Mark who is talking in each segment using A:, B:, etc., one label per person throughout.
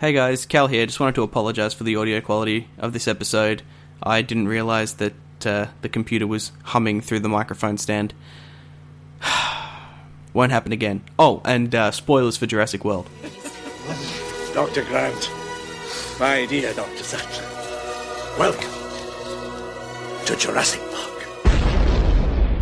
A: Hey guys, Cal here. Just wanted to apologize for the audio quality of this episode. I didn't realize that uh, the computer was humming through the microphone stand. Won't happen again. Oh, and uh, spoilers for Jurassic World.
B: Dr. Grant, my dear Dr. Thatcher, welcome to Jurassic Park.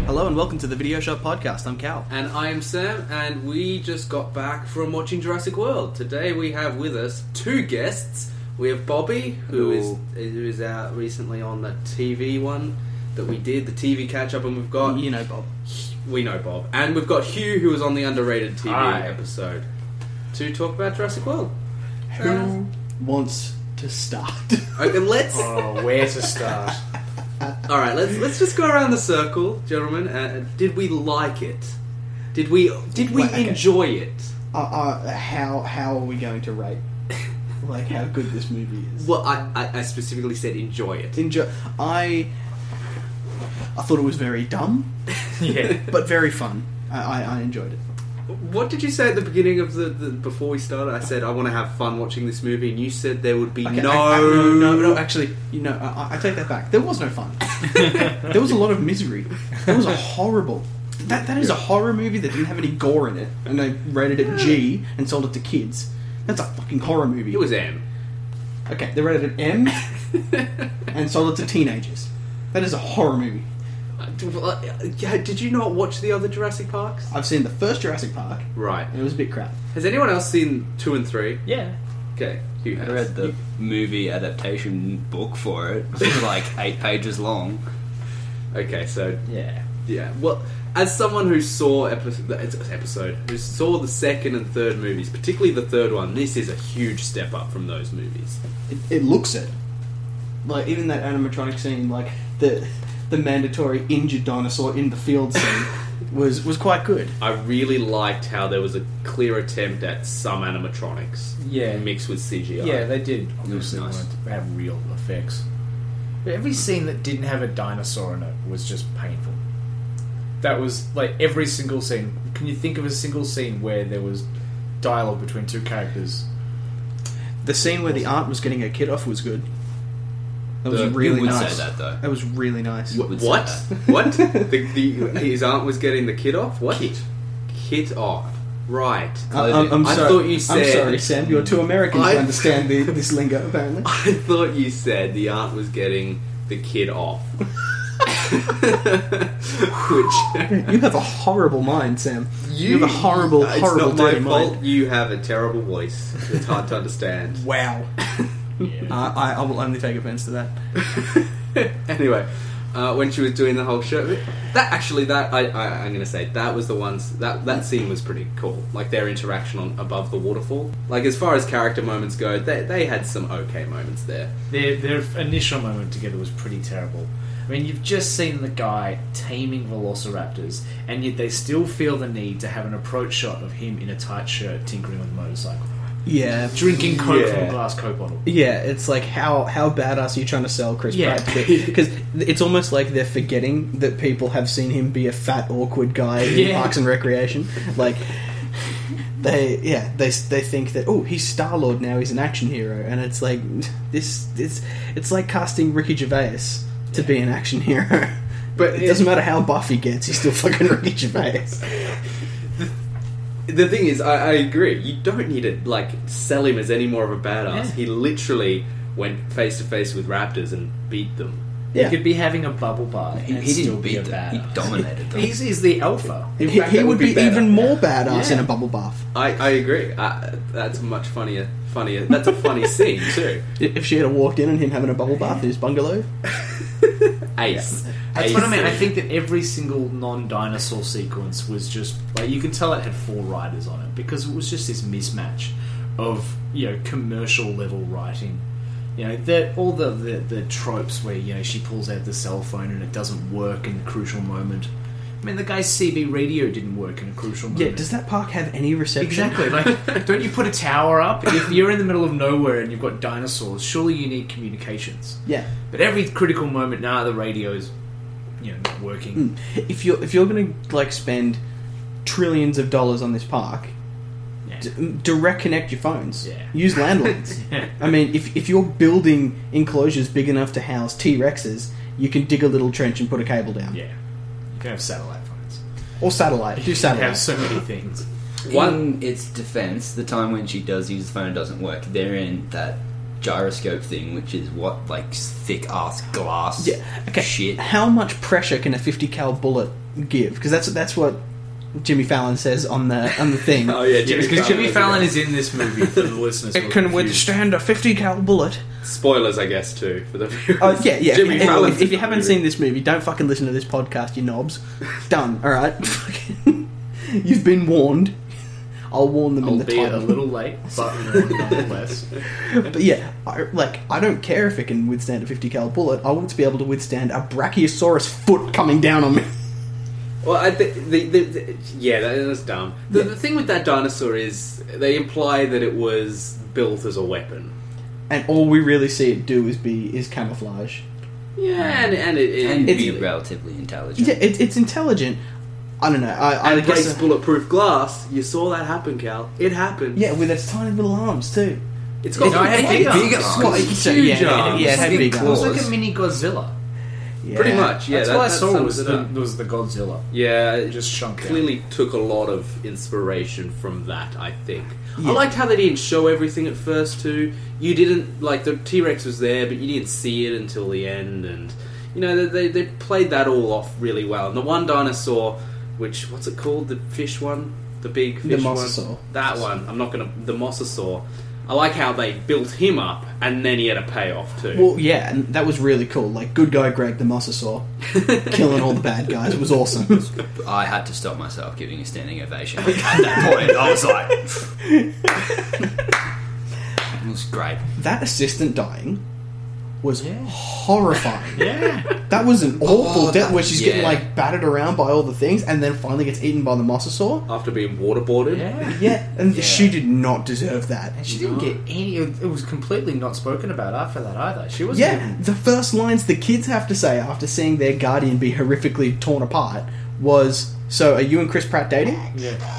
A: Hello and welcome to the Video Shop Podcast. I'm Cal.
C: And I'm Sam, and we just got back from watching Jurassic World. Today we have with us two guests. We have Bobby, who is who is out recently on the TV one that we did, the TV catch up, and we've got
A: You know Bob.
C: we know Bob, and we've got Hugh, who was on the underrated TV
D: Hi.
C: episode to talk about Jurassic World.
E: Who wants to start?
C: Okay, let's
D: Oh, where to start?
C: all right. Let's let's just go around the circle, gentlemen. Uh, did we like it? Did we did we
E: Wait, okay.
C: enjoy it?
E: uh, uh, how how are we going to rate like how good this movie is?
C: Well, I, I, I specifically said enjoy it.
E: Enjoy. I I thought it was very dumb,
D: Yeah.
E: but very fun. I, I, I enjoyed it.
C: What did you say at the beginning of the, the before we started? I said I want to have fun watching this movie, and you said there would be
E: Okay,
C: no,
E: I- I- no, no, no, Actually, you know, I, I- I take that back. There was no fun. there was a lot of misery. It was a horrible. That that is a horror movie that didn't have any gore in it, and they rated it G and sold it to kids. That's a fucking horror movie.
C: It was M.
E: Okay, they rated it M and sold it to teenagers. That is a horror movie.
C: Uh, Yeah, Did you not watch the other Jurassic Parks?
E: I've seen the first Jurassic Park
C: Right.
E: and it was a bit crap.
C: Has anyone else seen two and three?
D: yeah.
C: Okay, Hugh
F: I
C: has.
F: read the movie adaptation book for it. It was like eight pages long.
C: Okay, so
D: Yeah.
C: yeah. Well, as someone who saw episode, episode who saw the second and third movies, particularly the third one, this is a huge step up from those movies.
E: It, it looks it. Like even that animatronic scene, like the the mandatory injured dinosaur in the field scene was was quite good.
C: I really liked how there was a clear attempt at some animatronics,
D: Yeah.
C: mixed with CGI.
D: Yeah, they did. Obviously,
F: nice.
D: wanted to have real effects. But every scene that didn't have a dinosaur in it was just painful. That was like every single scene. Can you think of a single scene where there was dialogue between two characters?
E: The scene where the aunt was getting her kid off was good. That was
F: The-
E: really
F: you would
E: nice.
F: say that though.
E: was really nice.
F: You would say
C: What?
F: that.
C: What? the, the, his aunt was getting the kid off. What? Kit, off. Right.
E: I, Uh, I'm, I'm
C: I
E: sorry.
C: thought you said-
E: I'm sorry, Sam. You're too American
C: I-
E: to understand the, this lingo, apparently.
C: I thought you said the aunt was getting the kid off. Which
E: You have a horrible mind, Sam. You, have a horrible,
C: it's
E: horrible,
C: not my
E: dirty
C: fault.
E: mind.
C: You have a terrible voice. It's hard to understand.
E: Wow. I, I, I will only take offence to that.
C: anyway, uh, when she was doing the whole show, that actually that I, I I'm gonna say that was the ones that that scene was pretty cool. Like their interaction on above the waterfall. Like as far as character moments go, they they had some okay moments there.
D: Their, their initial moment together was pretty terrible. I mean, you've just seen the guy taming velociraptors, and yet they still feel the need to have an approach shot of him in a tight shirt tinkering with a motorcycle.
E: Yeah.
D: Drinking Coke from
C: Yeah.
D: a glass Coke bottle.
E: Yeah, it's like how how badass are you trying to sell Chris
D: Yeah.
E: Pratt? Because it's almost like they're forgetting that people have seen him be a fat, awkward guy in
D: Yeah.
E: Parks and Recreation. Like they, yeah, they they think that oh, he's Star Lord now, he's an action hero, and it's like this, it's it's like casting Ricky Gervais to be an action hero.
C: But
E: It doesn't matter how buff he gets, he's still fucking Ricky Gervais.
C: The thing is, I, I agree. You don't need to like sell him as any more of a badass.
D: Yeah.
C: He literally went face to face with raptors and beat them.
D: He could be having a bubble bath.
F: He,
D: and
F: he
D: still
F: didn't
D: be
F: beat
D: a
F: them. He
D: badass.
F: dominated them.
D: He's, he's the alpha.
E: He,
C: In fact,
E: he
C: that
E: would,
C: would be
E: be,
C: better.
E: even more badass
D: Yeah.
E: in a bubble bath.
C: I, I agree. I, that's much funnier. Funnier. That's a funny scene too.
E: If she had walked in on him having a bubble bath in his bungalow,
C: Ace.
D: That's
C: Ace
D: what I mean. I
C: scene.
D: think that every single non-dinosaur sequence was just like you can tell it had four writers on it because it was just this mismatch of you know commercial level writing. You know, the, all the, the the tropes where you know she pulls out the cell phone and it doesn't work in the crucial moment. I mean, the guy's CB radio didn't work in a crucial moment.
E: Yeah, does that park have any reception?
D: Exactly. Like, don't you put a tower up if you're in the middle of nowhere and you've got dinosaurs? Surely you need communications.
E: Yeah.
D: But every critical moment, now the radio's you know not working.
E: Hmm. If you're if you're gonna like spend trillions of dollars on this park,
D: Yeah.
E: D- direct connect your phones.
D: Yeah.
E: Use landlines.
D: Yeah.
E: I mean, if, if you're building enclosures big enough to house T Rexes, you can dig a little trench and put a cable down.
D: Yeah. You can have satellite phones.
E: Or satellite. Do
D: You can have
E: satellite.
D: so many things.
F: One, its defense, the time when she does use the phone doesn't work. They're in that gyroscope thing, which is what, like, thick ass glass
E: Yeah. Okay.
F: shit.
E: How much pressure can a 50 cal bullet give? Because that's that's what Jimmy Fallon says on the on the thing.
C: Oh yeah,
D: Yeah,
C: Jimmy
D: because Jimmy Fallon
C: is
D: is in this movie for the listeners. who
E: It
D: are
E: can
D: confused.
E: withstand a 50 cal bullet.
C: spoilers, I guess, too for the viewers.
E: Oh yeah, yeah.
C: Jimmy
E: if,
C: Fallon's
E: if,
C: in
E: if you
C: the
E: haven't
C: movie.
E: seen this movie, don't fucking listen to this podcast, you knobs. Done. All right. You've been warned. I'll warn them in the
D: Albeit a
E: title.
D: little late, but nonetheless.
E: But yeah, I, like I don't care if it can withstand a 50 cal bullet. I want it to be able to withstand a brachiosaurus foot coming down on me.
C: Well, I thi- the, the, the, yeah, that, that's dumb. The, the thing with that dinosaur is they imply that it was built as a weapon.
E: And all we really see it do is be is camouflage.
C: Yeah, and, and it, it
F: And
C: it,
F: be
E: It's-
F: relatively intelligent.
E: Yeah, it, it's intelligent. I don't know. I, I
C: and breaks
E: guess. uh,
C: bulletproof glass. You saw that happen, Cal. It happened.
E: yeah, with its tiny little arms too.
C: it's got
F: No, I had
C: big
F: big
C: arms. Oh,
F: arms.
C: It's
E: Well,
C: got
E: it- so,
C: huge
E: yeah,
C: arms.
E: It, yeah, it had
F: Big
E: big
D: It
E: arms.
F: claws.
D: was like a mini Godzilla.
E: Yeah.
C: Pretty much. Yeah,
D: That's
C: that,
D: what I
C: that
D: saw
C: sums
D: was
C: it
D: the,
C: up.
D: was the Godzilla.
C: Yeah,
D: It just shrunk down.
C: clearly took a lot of inspiration from that. I think.
E: Yeah.
C: I liked how they didn't show everything at first too. You didn't like the T Rex was there, but you didn't see it until the end, and you know they, they they played that all off really well. And the one dinosaur, which what's it called, the fish one, the big
E: The
C: fish
E: mosasaur.
C: one, that one. I'm not gonna the mosasaur. I like how they built him up, and then he had a payoff too.
E: Well, yeah, and that was really cool. Like, good guy Greg the Mosasaur, killing all the bad guys. It was awesome.
F: I had to stop myself giving a standing ovation. At that point, I was like, it was great.
E: that assistant dying was
D: Yeah.
E: horrifying.
D: Yeah.
E: That was an awful
F: Oh,
E: death
F: that-
E: where she's getting
F: yeah.
E: like battered around by all the things, and then finally gets eaten by the Mosasaur.
C: After being waterboarded,
D: Yeah.
E: Yeah, and
F: Yeah.
E: she did not deserve that.
D: And she didn't get any. It was completely not spoken about after that either. She wasn't
E: Yeah, the first lines the kids have to say after seeing their guardian be horrifically torn apart was, "So are you and Chris Pratt dating?"
D: even. Yeah.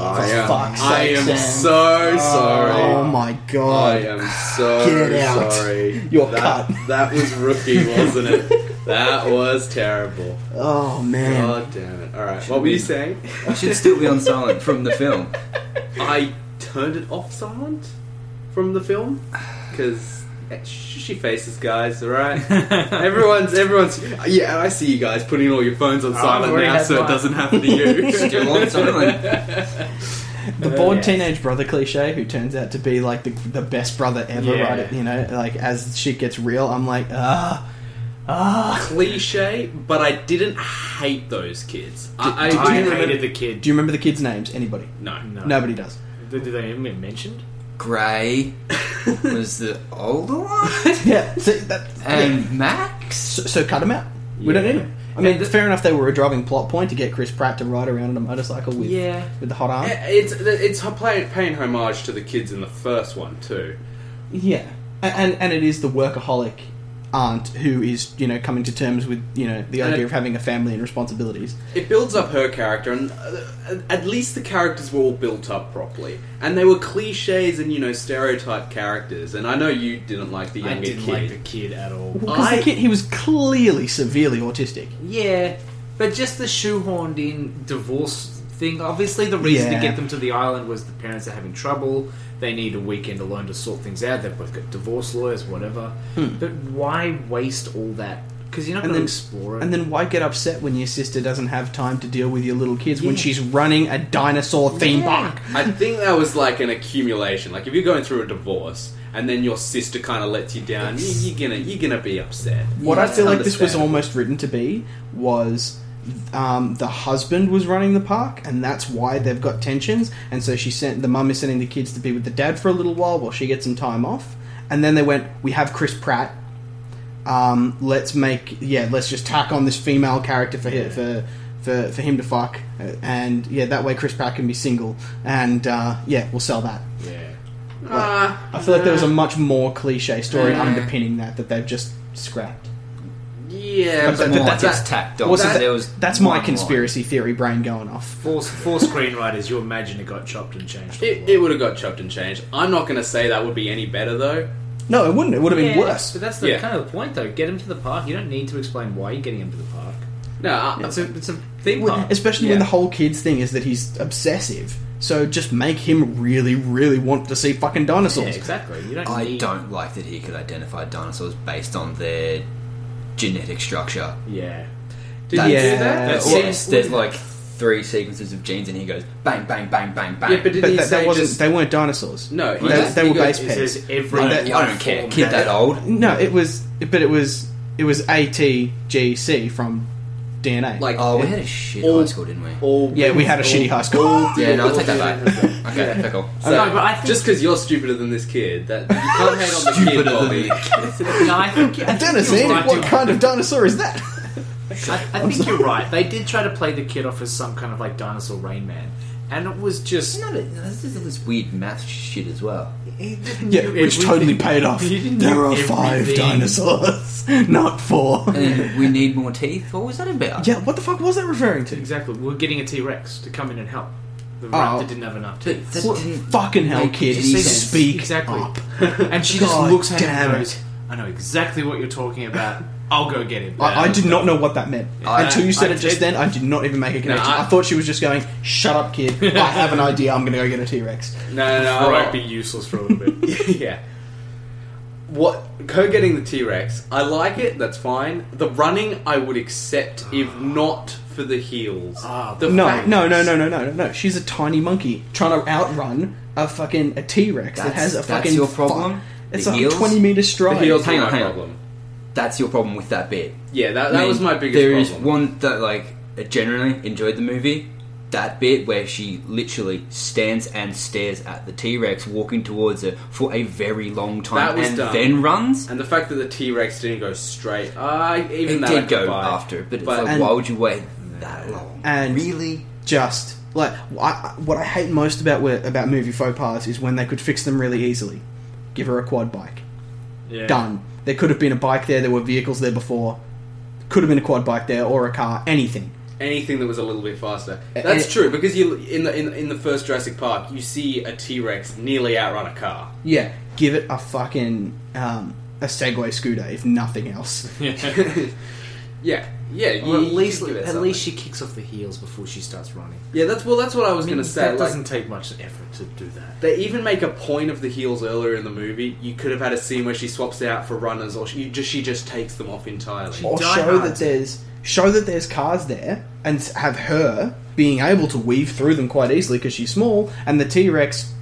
C: I
E: For
C: am,
E: fuck's
C: I
E: sake,
C: am
E: Sam.
C: so sorry.
E: Oh my god!
C: I am so
E: Get out.
C: sorry.
E: You're
C: that,
E: cut.
C: That was rookie, wasn't it? that was terrible.
E: Oh man!
C: God damn it. Alright, what were you saying?
F: I should still be on silent from the film.
C: I turned it off silent from the film because she faces guys, alright? everyone's, everyone's, yeah, and I see you guys putting all your phones on silent
D: already
C: now
D: had
C: so
D: mine.
C: it doesn't happen to you.
F: Still on silent.
E: The bored
D: yes.
E: teenage brother cliche, who turns out to be like the, the best brother ever,
D: Yeah.
E: right? You know, like as shit gets real, I'm like, ah, ah.
C: Cliche, but I didn't hate those kids. I, I,
E: Did-
D: I
E: you
C: didn't
D: hated
C: remember-
D: the kid.
E: Do you remember the kids' names? Anybody?
C: No.
D: No.
E: Nobody does.
D: Did did they even get mentioned?
F: Gray was the older one,
E: Yeah. So, that, yeah.
F: and Max.
E: so, so cut them out. We don't
D: Yeah.
E: need them. I mean,
C: And the-
E: fair enough. They were a driving plot point to get Chris Pratt to ride around on a motorcycle with
C: Yeah.
E: with the hot arm.
C: Yeah, It's it's playing paying homage to the kids in the first one too.
E: Yeah, A- and and it is the workaholic aunt who is you know coming to terms with you know the
C: And
E: idea
C: it-
E: of having a family and responsibilities.
C: It builds up her character, and uh, at least the characters were all built up properly, and they were cliches and you know stereotype characters. And I know you didn't like the
D: I
C: younger
D: didn't
C: kid.
D: like the kid at all.
E: Because
C: I-
E: the kid, he was clearly severely autistic.
D: Yeah, but just the shoehorned in divorce thing. Obviously, the reason
E: Yeah.
D: to get them to the island was the parents are having trouble. They need a weekend alone to sort things out. They've both got divorce lawyers, whatever. But why waste all that? Because you're not
E: Hmm. And
D: going to
E: then-
D: explore it.
E: And then why get upset when your sister doesn't have time to deal with your little kids when
D: Yeah.
E: she's running a dinosaur theme
D: Yeah.
E: park?
C: I think that was like an accumulation. Like if you're going through a divorce, and then your sister kind of lets you down, you, you're gonna you're gonna be upset.
E: What I
C: That's
E: feel like this was
C: understandable.
E: almost written to be was um, the husband was running the park, and that's why they've got tensions. And so she sent the mum is sending the kids to be with the dad for a little while while she gets some time off. And then they went, we have Chris Pratt. Um, let's make yeah, let's just tack on this female character for hi- for. For, for him to fuck, uh, and yeah, that way Chris Pratt can be single, and uh, yeah, we'll sell that.
D: yeah.
C: Ah,
E: I feel like there was a much more cliche story underpinning that that they've just scrapped.
C: yeah. Yeah,
E: But
C: but,
E: more
C: that-
E: like
C: that-
F: it's tacked on.
E: Well, that-
F: so there was
E: That's my
F: one line.
E: conspiracy theory brain going off.
D: Four, four screenwriters, you imagine it got chopped and changed. a
C: It,
D: lot.
C: it would have got chopped and changed. I'm not going to say that would be any better though.
E: No, it wouldn't. It would have been
D: Yeah,
E: worse.
D: But that's the
C: Yeah.
D: kind of the point, though. Get him to the park. You don't need to explain why you're getting him to the park.
C: No, I-
D: It's a, it's a theme
E: Well,
D: park.
E: Especially
C: Yeah.
E: when the whole kids thing is that he's obsessive. So just make him really, really want to see fucking
D: Yeah,
E: dinosaurs.
D: exactly. You don't.
F: I
D: need,
F: don't like that he could identify dinosaurs based on their genetic structure.
D: Yeah.
C: did
F: That's-
C: you do that?
E: That
F: That's
E: seems-
F: yes, there's like three sequences of genes, and he goes bang, bang, bang, bang, bang.
C: Yeah, but did
E: But
C: he
E: that, that
C: say
E: wasn't.
C: just
E: they weren't dinosaurs.
C: no? he
E: they,
C: just-
E: they
C: he
E: were
C: goes-
E: base
D: It
E: pets.
D: says every.
F: I don't, I don't
D: life
F: care.
D: form
F: Kid that old.
E: No, it was. But it was. It was ATGC from DNA.
C: Like
F: Oh, we had a shit
C: All-
F: high school, didn't we?
C: all
E: yeah, we had a
C: all-
E: shitty high school.
F: yeah, no, I'll take
C: all-
F: that back. okay,
C: Yeah.
F: pickle.
C: So,
D: No, but I think-
C: just because you're stupider than this kid, that you can't hate on the kid,
F: Stupider than
C: Bobby.
F: the
D: No, I think. I
E: And
D: think
E: Dennis,
D: you're
E: Andy,
D: right.
E: what kind of dinosaur is that?
D: I, I think you're right. They did try to play the kid off as some kind of like dinosaur Rain Man, and it was just.
F: It's not a, this is all this weird math shit as well.
E: yeah, which totally paid off.
D: You didn't
E: There
D: do
E: are five
D: everything.
E: dinosaurs, not four.
F: And then we need more teeth. What was that about?
E: Yeah, what the fuck was that referring to?
D: Exactly. We're getting a T Rex to come in and help. The
E: Oh.
D: raptor didn't have enough
F: But
D: teeth.
F: that
E: What
F: didn't-
E: fucking hell,
F: make
E: kid?
F: any
E: Speak
F: sense.
D: Exactly.
E: up.
D: and she just
E: God
D: looks at him
E: damn
D: and goes, I know exactly what you're talking about. I'll go get him.
E: I, I did not know what that meant
F: I-
E: until you said
D: I
E: it just
D: did-
E: then. I did not even make a connection.
C: I-
E: I, thought she was just going, "Shut up, kid! I have an idea. I'm going to go get a T Rex."
C: No, no, no.
D: Or
C: I-
D: I'd be useless for a little bit.
C: yeah. What her getting the T Rex? I like it. That's fine. The running, I would accept if
F: Ah.
C: not for the heels.
D: Ah,
C: the
E: No,
C: fact-
E: no, no, no, no, no, no, no. She's a tiny monkey trying to outrun a fucking a T Rex that
F: That's-
E: has a
F: that's
E: fucking.
F: your
E: fu-
F: problem?
E: it's
F: The
E: a
F: heels?
E: twenty meter
C: The
E: stride.
C: heels
F: Hang
C: were
F: on,
C: my
F: hang on.
C: problem.
F: That's your problem with that bit.
C: Yeah, that, that
F: I mean,
C: was my biggest
F: There is
C: problem.
F: one that, like, I generally enjoyed the movie. That bit where she literally stands and stares at the T Rex walking towards her for a very long time
C: That was
F: and
C: dumb.
F: then runs.
C: and the fact that the T Rex didn't go straight, I even
F: It
C: that I
F: did
C: could
F: go
C: buy.
F: after, but,
C: But-
F: it's like,
E: And-
F: why would you wait that long?
E: And-
F: really,
E: just like I, I- what I hate most about where, about movie faux pas is when they could fix them really easily. Give her a quad bike.
D: Yeah.
E: Done. There could have been a bike there. There were vehicles there before. Could have been a quad bike there or a car. Anything.
C: anything that was a little bit faster.
E: A-
C: That's
E: a-
C: true because you in the in, in the first Jurassic Park, you see a T Rex nearly outrun a car.
E: Yeah. Give it a fucking um, a Segway scooter if nothing else.
C: Yeah, yeah. You,
D: Or at least,
C: you give it
D: at
C: something.
D: least she kicks off the heels before she starts running.
C: Yeah, that's well. That's what I was going to say.
D: that
C: Like,
D: doesn't take much effort to do that.
C: They even make a point of the heels earlier in the movie. You could have had a scene where she swaps it out for runners, or she you just she just takes them off entirely.
E: Or
D: Die
E: show
D: Hard.
E: that there's show that there's cars there and have her being able to weave through them quite easily because she's small and the T Rex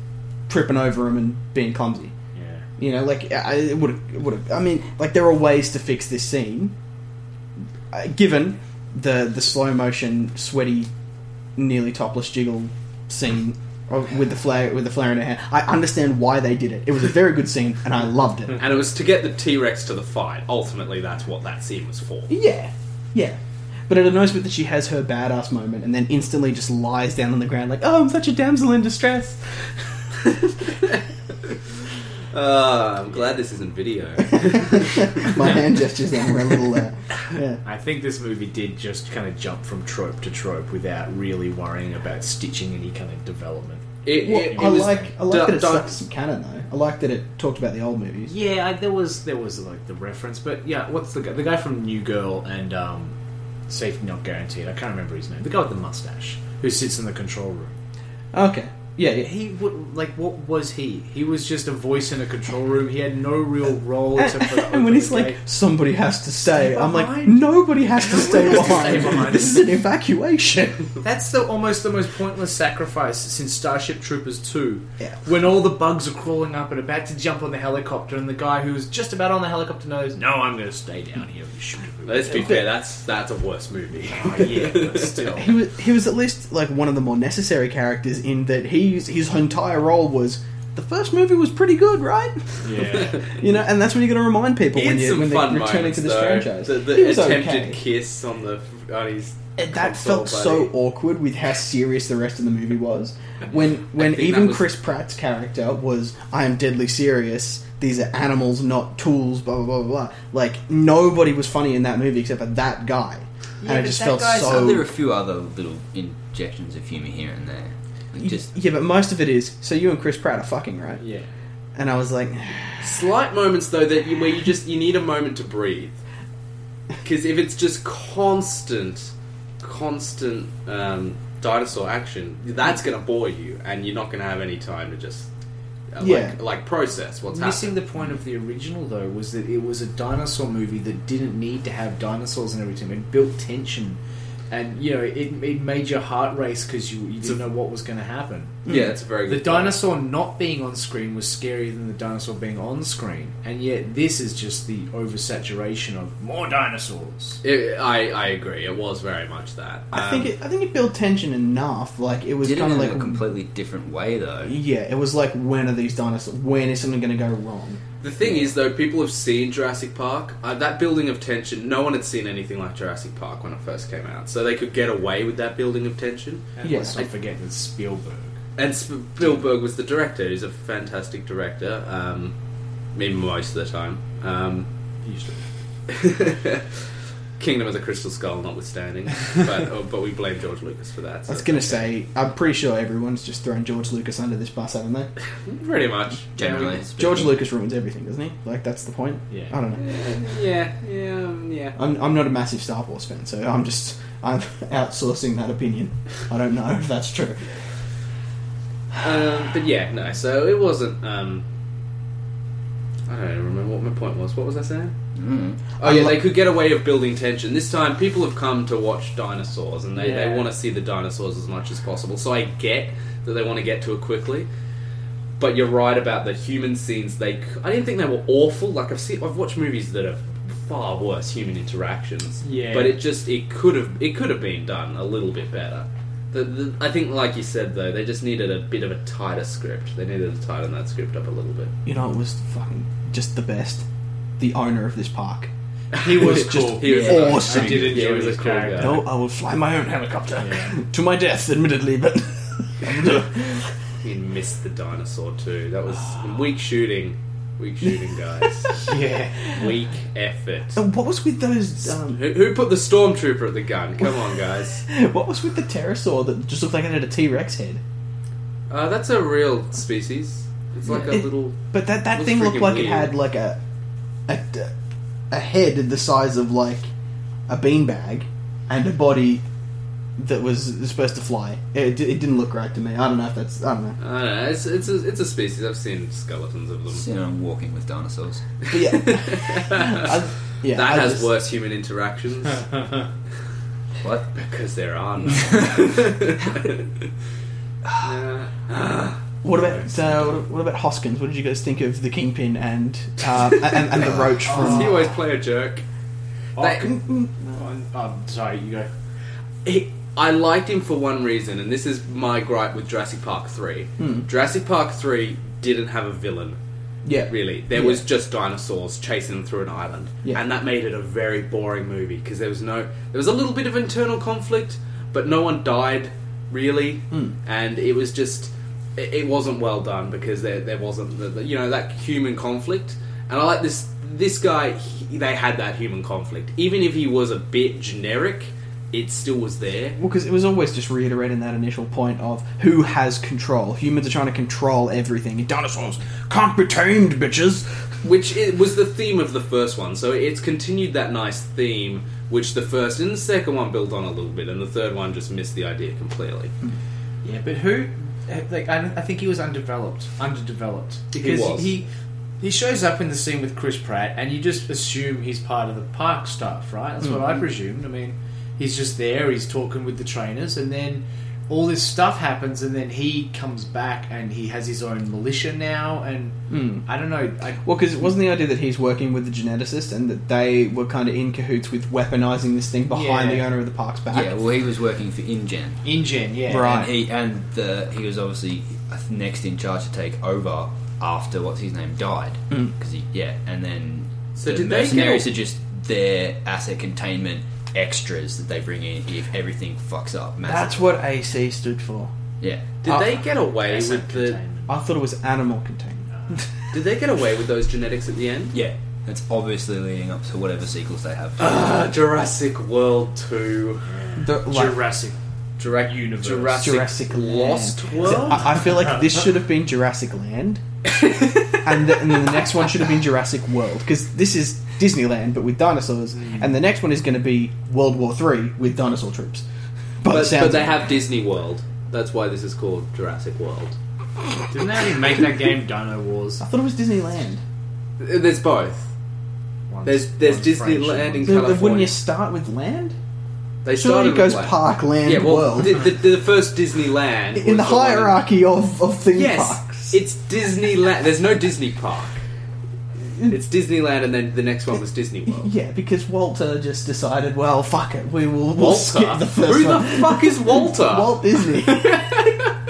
E: tripping over them and being clumsy.
D: Yeah.
E: You know, like I, it would it would I mean, like there are ways to fix this scene, uh, given the the slow motion, sweaty, nearly topless jiggle scene of, with the flare with the flare in her hand. I understand why they did it. It was a very good scene, and I loved it.
C: And it was to get the T Rex to the fight. Ultimately, that's what that scene was for.
E: Yeah, yeah. But it annoys me that she has her badass moment and then instantly just lies down on the ground like, "Oh, I'm such a damsel in distress."
C: Uh, I'm glad this isn't video.
E: My hand gestures there were a little. Uh, yeah.
D: I think this movie did just kind of jump from trope to trope without really worrying about stitching any kind of development.
C: It,
E: Well,
C: it,
E: I
C: it was
E: like I like
C: da-
E: that it
C: da-
E: stuck some canon though. I like that it talked about the old movies.
D: Yeah, I, there was there was like the reference, but yeah, what's the guy, the guy from New Girl and um, Safety Not Guaranteed? I can't remember his name. The guy with the mustache who sits in the control room.
E: Okay. Yeah, yeah.
D: He w- like what was he? He was just a voice in a control room. He had no real role except for the
E: and when he's like,
D: opening day.
E: somebody has to stay, I'm like,
D: behind.
E: nobody has to stay
D: has to stay
E: behind.
D: behind.
E: This is an evacuation.
D: That's the almost the most pointless sacrifice since Starship Troopers 2.
E: Yeah.
D: When all the bugs are crawling up and about to jump on the helicopter, and the guy who's just about on the helicopter knows, no, I'm going to stay down here and shoot everyone.
C: Let's be fair. That's that's a worse movie.
D: Oh, yeah, but still.
E: he was he was at least like one of the more necessary characters in that he his entire role was the first movie was pretty good, right?
D: Yeah.
E: You know, and that's when you're going to remind people when
C: It's
E: you
C: some
E: when they're
C: fun
E: returning
C: moments,
E: to this
C: though.
E: franchise.
C: The, the
E: he was
C: attempted
E: okay.
C: kiss on the on his
E: It- that
C: console
E: felt so
C: buddy.
E: awkward with how serious the rest of the movie was. When when
C: think that
E: even
C: was-
E: Chris Pratt's character was, I am deadly serious. These are animals, not tools. Blah blah blah blah. blah. Like nobody was funny in that movie except for that guy, and it just felt so.
F: There are a few other little injections of humour here and there. Like just
E: yeah, but most of it is. So you and Chris Pratt are fucking right,
D: Yeah.
E: and I was like,
C: Slight moments though that you, where you just you need a moment to breathe. Because if it's just constant, constant um, dinosaur action, that's going to bore you, and you're not going to have any time to just uh,
E: Yeah.
C: like, like process what's
D: Missing
C: happening.
D: the point of the original though was that it was a dinosaur movie that didn't need to have dinosaurs and everything. It built tension, and you know it, it made your heart race because you, you didn't know what was going to happen.
E: Hmm.
C: yeah, that's a very
D: The
C: good.
D: dinosaur not being on screen was scarier than the dinosaur being on screen, and yet this is just the oversaturation of more dinosaurs.
C: It, I I agree. It was very much that.
E: I
C: Um,
E: think it, I think it built tension enough. Like it was
F: did it
E: kind
F: in
E: of
F: a
E: like.
F: completely different way though.
E: Yeah, it was like when are these dinosaurs? When is something going to go wrong?
C: The thing is, though, people have seen Jurassic Park. Uh, that building of tension, no one had seen anything like Jurassic Park when it first came out, so they could get away with that building of tension.
D: And
E: Yeah.
D: let's not forget that Spielberg.
C: And Spielberg was the director. He's a fantastic director, um, maybe most of the time. Um,
D: Usually.
C: Kingdom of the Crystal Skull, notwithstanding, but oh, but we blame George Lucas for that.
E: I
C: so
E: was going to say, I'm pretty sure everyone's just thrown George Lucas under this bus, haven't they?
C: pretty much
F: Generally,
E: George Lucas ruins everything, doesn't he? Like, that's the point.
D: Yeah.
E: I don't know.
C: Yeah, yeah, um, yeah.
E: I'm, I'm not a massive Star Wars fan, so I'm just I'm outsourcing that opinion. I don't know if that's true.
C: Um, but yeah, no. So it wasn't. Um, I don't even remember what my point was. What was I saying?
F: Mm.
C: Oh yeah, they could get away with building tension. This time, people have come to watch dinosaurs, and they,
D: Yeah.
C: they want to see the dinosaurs as much as possible. So I get that they want to get to it quickly. But you're right about the human scenes. They, c- I didn't think they were awful. Like I've seen, I've watched movies that are far worse human interactions.
D: Yeah.
C: But it just it could have it could have been done a little bit better. The, the, I think, like you said though, they just needed a bit of a tighter script. They needed to tighten that script up a little bit.
E: You know, it was fucking just the best. The owner of this park.
D: He was
E: Just-
D: cool.
C: He was
E: Yeah.
C: nice.
E: Awesome.
D: I did enjoy
C: Yeah, he was
D: his
C: a cool guy.
D: character.
E: No, Oh, I will fly my own helicopter
D: Yeah.
E: to my death, admittedly, but
C: He missed the dinosaur too. That was weak shooting. Weak shooting, guys.
D: Yeah.
C: weak effort.
E: And what was with those? Um,
C: Who, who put the stormtrooper at the gun? Come on, guys.
E: what was with the pterosaur that just looked like it had a T Rex head?
C: Uh, that's a real species. It's like a
E: It-
C: little.
E: But that, that
C: Looks
E: thing looked
C: freaking
E: like it
C: weird.
E: had like a, a a head the size of like a beanbag and a body that was supposed to fly. It, it didn't look right to me. I don't know if that's I don't know.
C: I don't know. It's it's a, it's a species. I've seen skeletons of them.
F: You know, I'm walking with dinosaurs.
E: But yeah, I, yeah.
C: that
E: I
C: has
E: just-
C: worse human interactions
F: What?
C: because there are none. Nah.
E: What about uh, what- what about Hoskins? What did you guys think of the Kingpin and uh, and, and the Roach
C: Does
E: from?
C: he always play a jerk?
D: Oh,
C: They-
D: can- oh, I'm sorry, you go.
C: he, I liked him for one reason, and this is my gripe with Jurassic Park 3.
E: Hmm.
C: Jurassic Park 3 didn't have a villain,
E: yeah,
C: really. There
E: Yeah.
C: was just dinosaurs chasing them through an island.
E: Yeah.
C: And that made it a very boring movie because there was no. There was a little bit of internal conflict, but no one died, really.
E: Hmm.
C: And it was just. It, it wasn't well done because there, there wasn't, the, the, you know, that human conflict. And I like this. This guy, he, they had that human conflict. Even if he was a bit generic, it still was there.
E: Well, because it was always just reiterating that initial point of who has control. Humans are trying to control everything. Dinosaurs can't be tamed, bitches.
C: which it was the theme of the first one. So it's continued that nice theme, which the first and the second one built on a little bit, and the third one just missed the idea completely.
D: Yeah, but who? Like, I, I think he was undeveloped, underdeveloped because
C: was.
D: he he shows up in the scene with Chris Pratt, and you just assume he's part of the park stuff, right? That's what
C: Hmm.
D: I presumed. I mean, he's just there, he's talking with the trainers, and then all this stuff happens, and then he comes back, and he has his own militia now, and
E: Hmm.
D: I don't know. I,
E: Well, because it wasn't the idea that he's working with the geneticist and that they were kind of in cahoots with weaponizing this thing behind
D: Yeah.
E: the owner of the park's back.
F: Yeah, well, he was working for InGen.
D: InGen, yeah,
E: Right.
F: And he and the, he was obviously uh, next in charge to take over after what's his name died
C: Hmm.
F: because he yeah and then
C: So
F: the
C: did they
F: mercenaries
C: get-
F: are just their asset containment extras that they bring in if everything fucks up.
E: That's
F: Massive.
E: what AC stood for.
F: yeah.
C: Did
E: Uh,
C: they get away with the?
E: I thought it was animal containment.
C: Did they get away with those genetics at the end?
F: Yeah. That's obviously leading up to whatever sequels they have.
C: Ah, Jurassic World Two,
E: The, like,
D: Jurassic
C: Jura-
D: Universe.
C: Jurassic,
E: Jurassic
C: Lost World.
E: I I feel like this should have been Jurassic Land, and, the, and then the next one should have been Jurassic World because this is Disneyland but with dinosaurs,
C: Mm.
E: and the next one is going to be World War Three with dinosaur troops. But,
C: but,
E: sounds
C: but they
E: of it.
C: have Disney World. That's why this is called Jurassic World.
D: Didn't they already make that game Dino Wars?
E: I thought it was Disneyland.
C: Uh, There's both.
D: One's-
C: There's- there's
D: one's French,
C: Disneyland
D: one's-
C: in-
E: So, Wouldn't
C: California.
E: you start with land?
C: They
E: Surely
C: started
E: it goes
C: with land.
E: park, land,
C: Yeah, well,
E: world
C: The, the, the first Disneyland was
E: in the
C: one in-
E: hierarchy of, of theme
C: yes,
E: parks.
C: it's Disneyland. There's no Disney Park. It's Disneyland, and then the next one was Disney World.
E: yeah, because Walter just decided, well, fuck it, we will we'll skip the first
C: Who
E: one.
C: the fuck is Walter?
E: Walt Disney.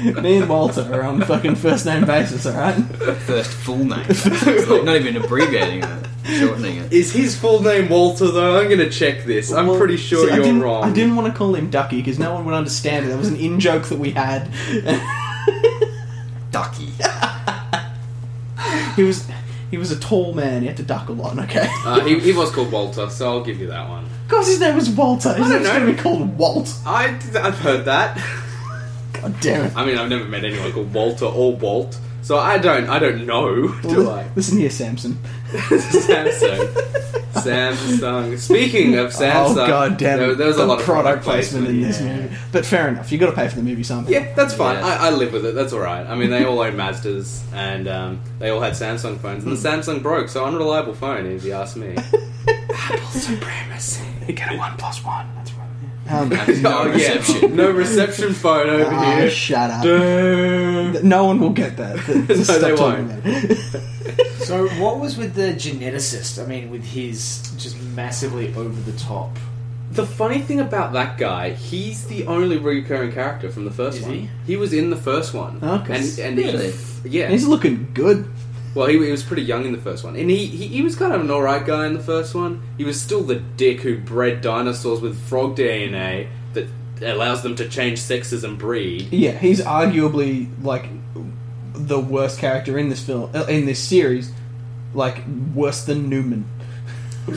E: Me and Walter are on fucking first name basis, alright?
F: First full name. It's like not even abbreviating it, shortening it.
C: Is his full name Walter, though? I'm going to check this. I'm
E: Well,
C: pretty sure
E: see, I
C: you're
E: didn't-
C: wrong.
E: I didn't want to call him Ducky because no one would understand it. That was an in joke that we had.
F: Ducky.
E: he was he was a tall man. He had to duck a lot. Okay,
C: Uh, he, he was called Walter, so I'll give you that one.
E: of course his name was Walter. His
C: don't
E: name's
C: know.
E: going to be called Walt.
C: I, I've heard that.
E: God damn it!
C: I mean, I've never met anyone called Walter or Walt, so I don't, I don't know, do
E: Well,
C: I?
E: Listen here, Samson.
C: Samsung. Samsung. Speaking of Samsung,
E: oh god damn it!
C: there, there was a
E: the
C: lot of
E: product placement, in this
C: yeah.
E: movie. But fair enough. You got to pay for the movie somehow.
C: Yeah, that's fine.
F: Yeah.
C: I, I live with it. That's all right. I mean, they all own Mazdas, and um, they all had Samsung phones, and the Samsung broke, so unreliable phone, if you ask me.
E: You get a one plus one. That's right. Um,
C: no
F: reception.
C: no reception phone over
E: Ah,
C: here.
E: shut up. No one will get that. Just
C: No, they
E: stop talking
C: won't.
E: about it.
D: So what was with the geneticist? I mean, with his just massively over the top.
C: The funny thing about that guy, he's the only recurring character from the first
D: Is
C: one.
D: he?
C: was in the first one,
E: Oh, 'cause-
C: and and
F: Really?
C: he, yeah,
E: He's looking good.
C: Well, he, he was pretty young in the first one, and he, he he was kind of an alright guy in the first one. He was still the dick who bred dinosaurs with frog DNA that allows them to change sexes and breed.
E: Yeah, he's arguably like the worst character in this film, uh, in this series, like worse than Newman.
D: How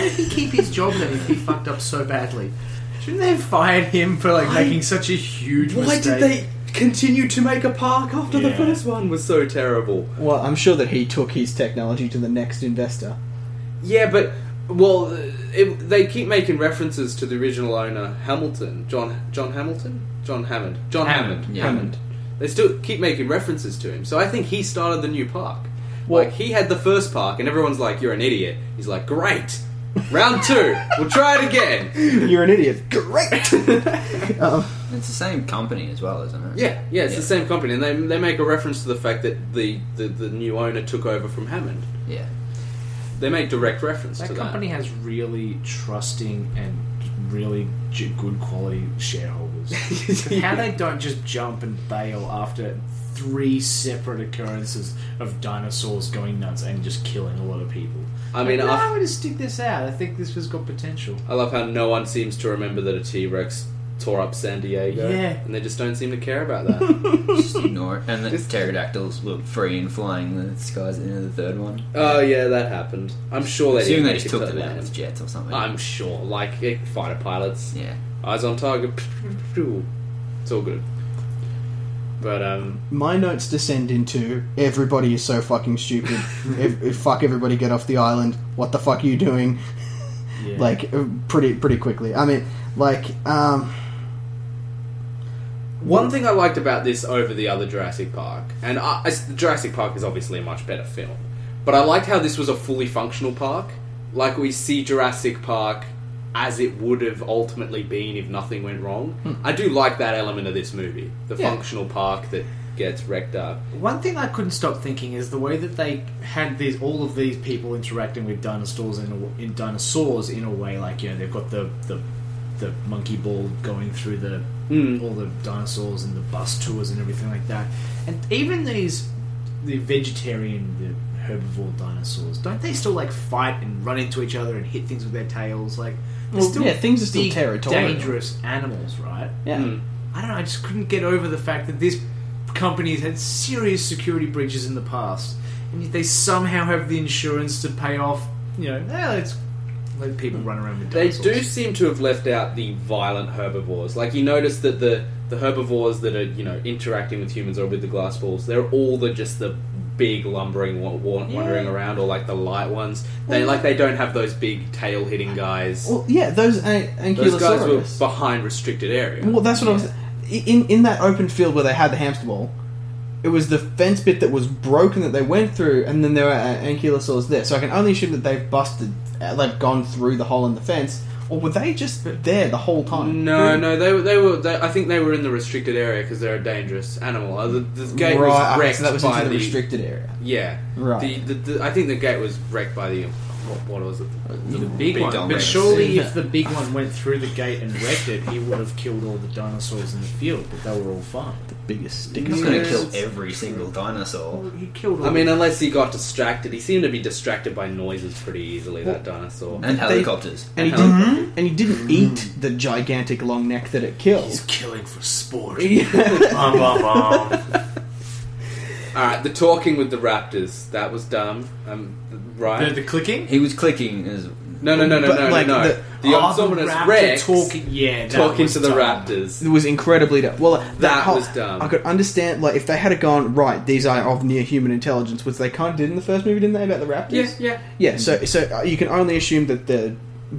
D: did he keep his job then if he fucked up so badly? Shouldn't they have fired him for like making such a huge
C: Why
D: mistake?
C: did they continue to make a park after the
D: Yeah.
C: first one was so terrible?
E: Well, I'm sure that he took his technology to the next investor.
C: Yeah, but well, it, they keep making references to the original owner, Hamilton, John John Hamilton, John Hammond, John
D: Hammond,
C: Hammond.
F: Yeah.
E: Hammond.
C: They still keep making references to him, so I think he started the new park.
E: Well-
C: like he had the first park, and everyone's like, "You're an idiot." He's like, "Great, round two, we'll try it again."
E: You're an idiot. Great. um,
F: It's the same company as well, isn't it?
C: Yeah, yeah, it's
F: Yeah.
C: the same company, and they, they make a reference to the fact that the, the, the new owner took over from Hammond.
F: Yeah.
C: They make direct reference
D: That
C: to
D: company has really trusting and really j- good quality shareholders. How they don't just jump and bail after three separate occurrences of dinosaurs going nuts and just killing a lot of people.
C: I mean,
D: no,
C: af-
D: I'm going to stick this out. I think this has got potential.
C: I love how no one seems to remember that a T Rex tore up San Diego,
D: Yeah.
C: and they just don't seem to care about that.
F: Just ignore it. And the pterodactyls were free and flying in the skies at the end of the third one.
C: oh yeah, that happened. I'm sure they
F: Assuming
C: didn't
F: they
C: make
F: just
C: it
F: took
C: to
F: them out
C: land.
F: with jets or something.
C: I'm sure, like eh, fighter pilots.
F: yeah.
C: Eyes on target. It's all good. But um,
E: my notes descend into everybody is so fucking stupid. Ev- ev- fuck everybody, get off the island. What the fuck are you doing?
D: Yeah.
E: like uh, pretty pretty quickly. I mean, like um,
C: one thing I liked about this over the other Jurassic Park, and I, I, Jurassic Park is obviously a much better film, but I liked how this was a fully functional park. Like we see Jurassic Park as it would have ultimately been if nothing went wrong. I do like that element of this movie, the
D: Yeah.
C: functional park that gets wrecked up.
D: One thing I couldn't stop thinking is the way that they had these all of these people interacting with dinosaurs in, a, in dinosaurs in a way like you know they've got the the, the monkey ball going through the
E: Hmm.
C: Mm.
D: all the dinosaurs and the bus tours and everything like that, and even these the vegetarian the herbivore dinosaurs, don't they still like fight and run into each other and hit things with their tails? Like, they're
E: Well, yeah, things are still
D: big,
E: territorial.
D: dangerous animals, right?
E: Yeah.
C: Hmm.
D: I don't know. I just couldn't get over the fact that this company's had serious security breaches in the past, and yet they somehow have the insurance to pay off. You know, eh, let's let people run around with
C: They
D: dinosaurs.
C: do seem to have left out the violent herbivores. Like you notice that the the herbivores that are you know interacting with humans or with the glass balls, they're all the just the big lumbering wa- wa- wandering around or like the light ones. They like they don't have those big tail hitting guys.
E: Well, yeah, those an-
C: Those guys were
E: ankylosaurus.
C: behind restricted area.
E: well, that's what I was. In in that open field where they had the hamster ball, it was the fence bit that was broken that they went through, and then there were uh, ankylosaurs there. So I can only assume that they've busted, uh, they've gone through the hole in the fence, or were they just there the whole time?
C: No, no, they were. They were. They, I think they were in the restricted area because they're a dangerous animal. Uh, The, the gate
E: right,
C: was
E: okay,
C: wrecked
E: so that was
C: by
E: into the, restricted area.
C: Yeah,
E: Right.
C: The, the, the, I think the gate was wrecked by the what, what was it?
D: the big,
F: big
D: one.
F: dumb
D: But
F: rats.
D: surely, if the big one went through the gate and wrecked it, he would have killed all the dinosaurs in the field. But they were all fine.
E: Biggest stick.
F: He's going to
C: Yeah.
F: kill every single dinosaur.
D: Well, he killed. All
C: I mean, unless he got distracted, he seemed to be distracted by noises pretty easily. that dinosaur.
F: And
E: They-
F: helicopters.
E: And he
C: Mhm.
E: didn't. And he didn't eat the gigantic long neck that it
D: he's
E: kills.
D: killing for sport.
E: Yeah.
D: Bum, bum, bum.
C: All right, the talking with the raptors that was dumb. Um,
D: the,
C: right?
D: the clicking.
F: He was clicking as
C: no, no, no, no,
E: But,
C: no,
E: like,
C: no. no.
E: the-
C: The,
D: Oh,
C: Omnisominous
D: raptor
C: Rex talking,
D: talking. Yeah, that was
C: to the
D: dumb.
E: It
C: raptors.
E: was incredibly dumb. Well, that,
C: That
E: whole-
C: was dumb.
E: I could understand like if they had gone right. These are of near human intelligence, which they kind of did in the first movie, didn't they? About the
C: Yeah,
E: raptors.
C: yeah.
E: Yeah. So, so uh, you can only assume that the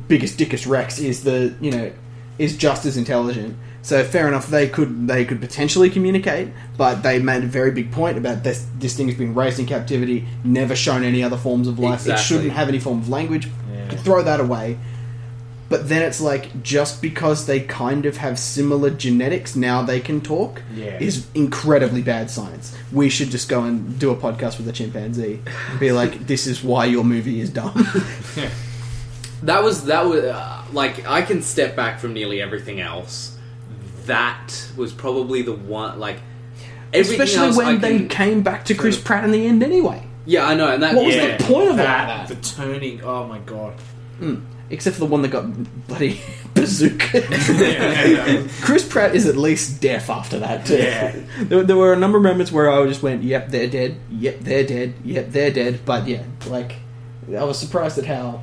E: biggest Dickus Rex is the you know is just as intelligent. So fair enough, they could they could potentially communicate, but they made a very big point about this. This thing has been raised in captivity, never shown any other forms of life. It
C: Exactly.
E: shouldn't have any form of language.
D: Yeah.
E: Throw that away. But then it's like just because they kind of have similar genetics, now they can talk
D: Yeah.
E: is incredibly bad science. We should just go and do a podcast with a chimpanzee and be like, "This is why your movie is dumb."
C: That was that was uh, like I can step back from nearly everything else. That was probably the one like everything
E: Especially
C: else
E: when
C: I
E: they
C: can-
E: came back to Chris Pratt in the end anyway.
C: Yeah, I know, and that
E: What was
D: Yeah,
E: the point of
D: that,
E: all
D: The turning. Oh my god.
E: Except for the one that got bloody bazooka.
D: Yeah.
E: Chris Pratt is at least deaf after that too.
D: Yeah.
E: There, there were a number of moments where I just went, "Yep, they're dead. Yep, they're dead. Yep, they're dead." But yeah, like I was surprised at how,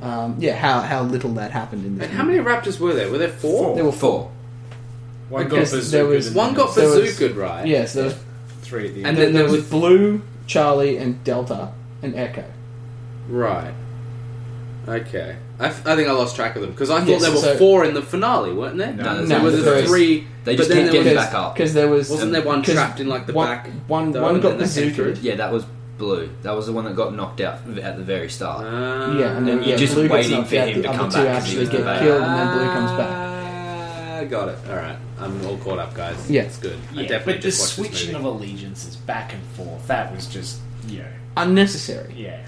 E: um, yeah, how how little that happened in this.
C: And how
E: movie.
C: many raptors were there? Were there four?
E: There were four.
F: four.
D: One got
E: Because
D: bazooka.
E: there was-
D: and
C: One got
E: There was-
C: bazookaed, right?
E: Yes, there was
D: three. At the
C: And
D: end.
E: And
C: then there was
E: was Blue, Charlie, and Delta, and Echo.
C: Right. Okay. I, f- I think I lost track of them because I thought
E: Yes,
C: there were
E: so-
C: four in the finale, weren't there?
F: No,
C: there
E: no,
C: were the
E: there was-
C: three.
F: They
C: but
F: just
C: then
F: kept
C: there
F: getting
C: was,
F: back up.
E: Because there was
C: Wasn't there one
E: 'cause
C: trapped in like the
E: one,
C: back?
E: One,
C: though,
E: one
C: and
E: got
C: then they came through?
E: bazooka.
F: Yeah, that was blue. That was the one that got knocked out at the very start.
C: Ah.
E: Yeah, and then
F: You're
E: yeah,
F: just
E: Blue gets
F: waiting
E: knocked
F: for
E: out,
F: him
E: the
F: to
E: other
F: come
E: two
F: back 'cause he
E: actually
F: was
E: get
F: delayed.
E: killed, and then Blue comes back.
C: Ah, Got it. All right, I'm all caught up, guys.
E: Yeah.
C: it's good. I
D: Yeah,
C: definitely
D: but the
C: just watched this
D: switching of
C: movie.
D: allegiances back and forth. That was just yeah,
E: Unnecessary.
D: yeah.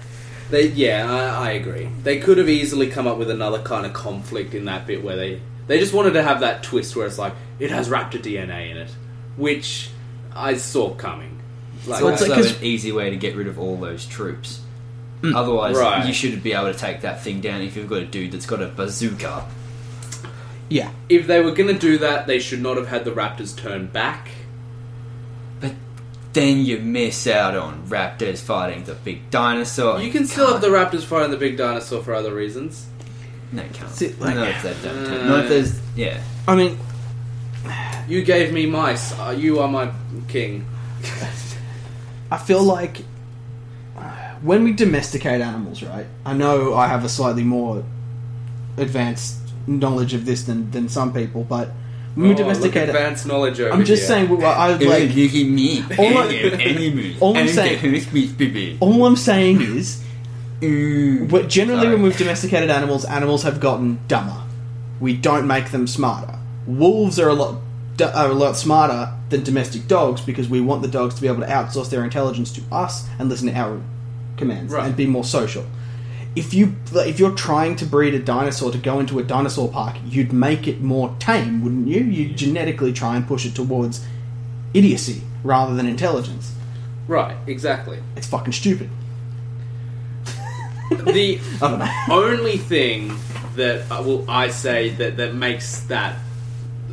C: They, yeah, I, I agree. They could have easily come up with another kind of conflict in that bit where they they just wanted to have that twist where it's like it has raptor DNA in it, which I saw coming. Like,
F: It's also
E: like- 'cause-
F: an easy way to get rid of all those troops. Otherwise,
C: Right.
F: you should be able to take that thing down if you've got a dude that's got a bazooka.
E: Yeah.
C: if they were going to do that, they should not have had the raptors turn back.
F: But then you miss out on raptors fighting the big
E: Oh
F: dinosaur.
C: You can still have the raptors fighting the big dinosaur for other reasons.
F: No, you can't.
E: See, like-
F: not if they don't.
C: Uh,
F: not if there's. Yeah.
E: I mean,
C: You gave me mice. Uh, you are my king.
E: I feel like when we domesticate animals, right? I know I have a slightly more advanced knowledge of this than than some people, but when
C: Oh,
E: we
C: look,
E: domesticate, it,
C: advanced knowledge over
E: I'm just
C: here.
E: saying. Well, I like.
F: you can me.
E: All I- all I'm saying-
F: saying.
E: All I'm saying is Oh, But generally,
F: Mm. Sorry.
E: when we've domesticated animals, animals have gotten dumber. We don't make them smarter. Wolves are a lot d- are a lot smarter than domestic dogs because we want the dogs to be able to outsource their intelligence to us and listen to our commands
C: Right.
E: and be more social. If you like, if you're trying to breed a dinosaur to go into a dinosaur park, you'd make it more tame, wouldn't you? You'd genetically try and push it towards idiocy rather than intelligence.
C: Right, exactly.
E: It's fucking stupid.
C: The only thing that uh, well, I say that that makes that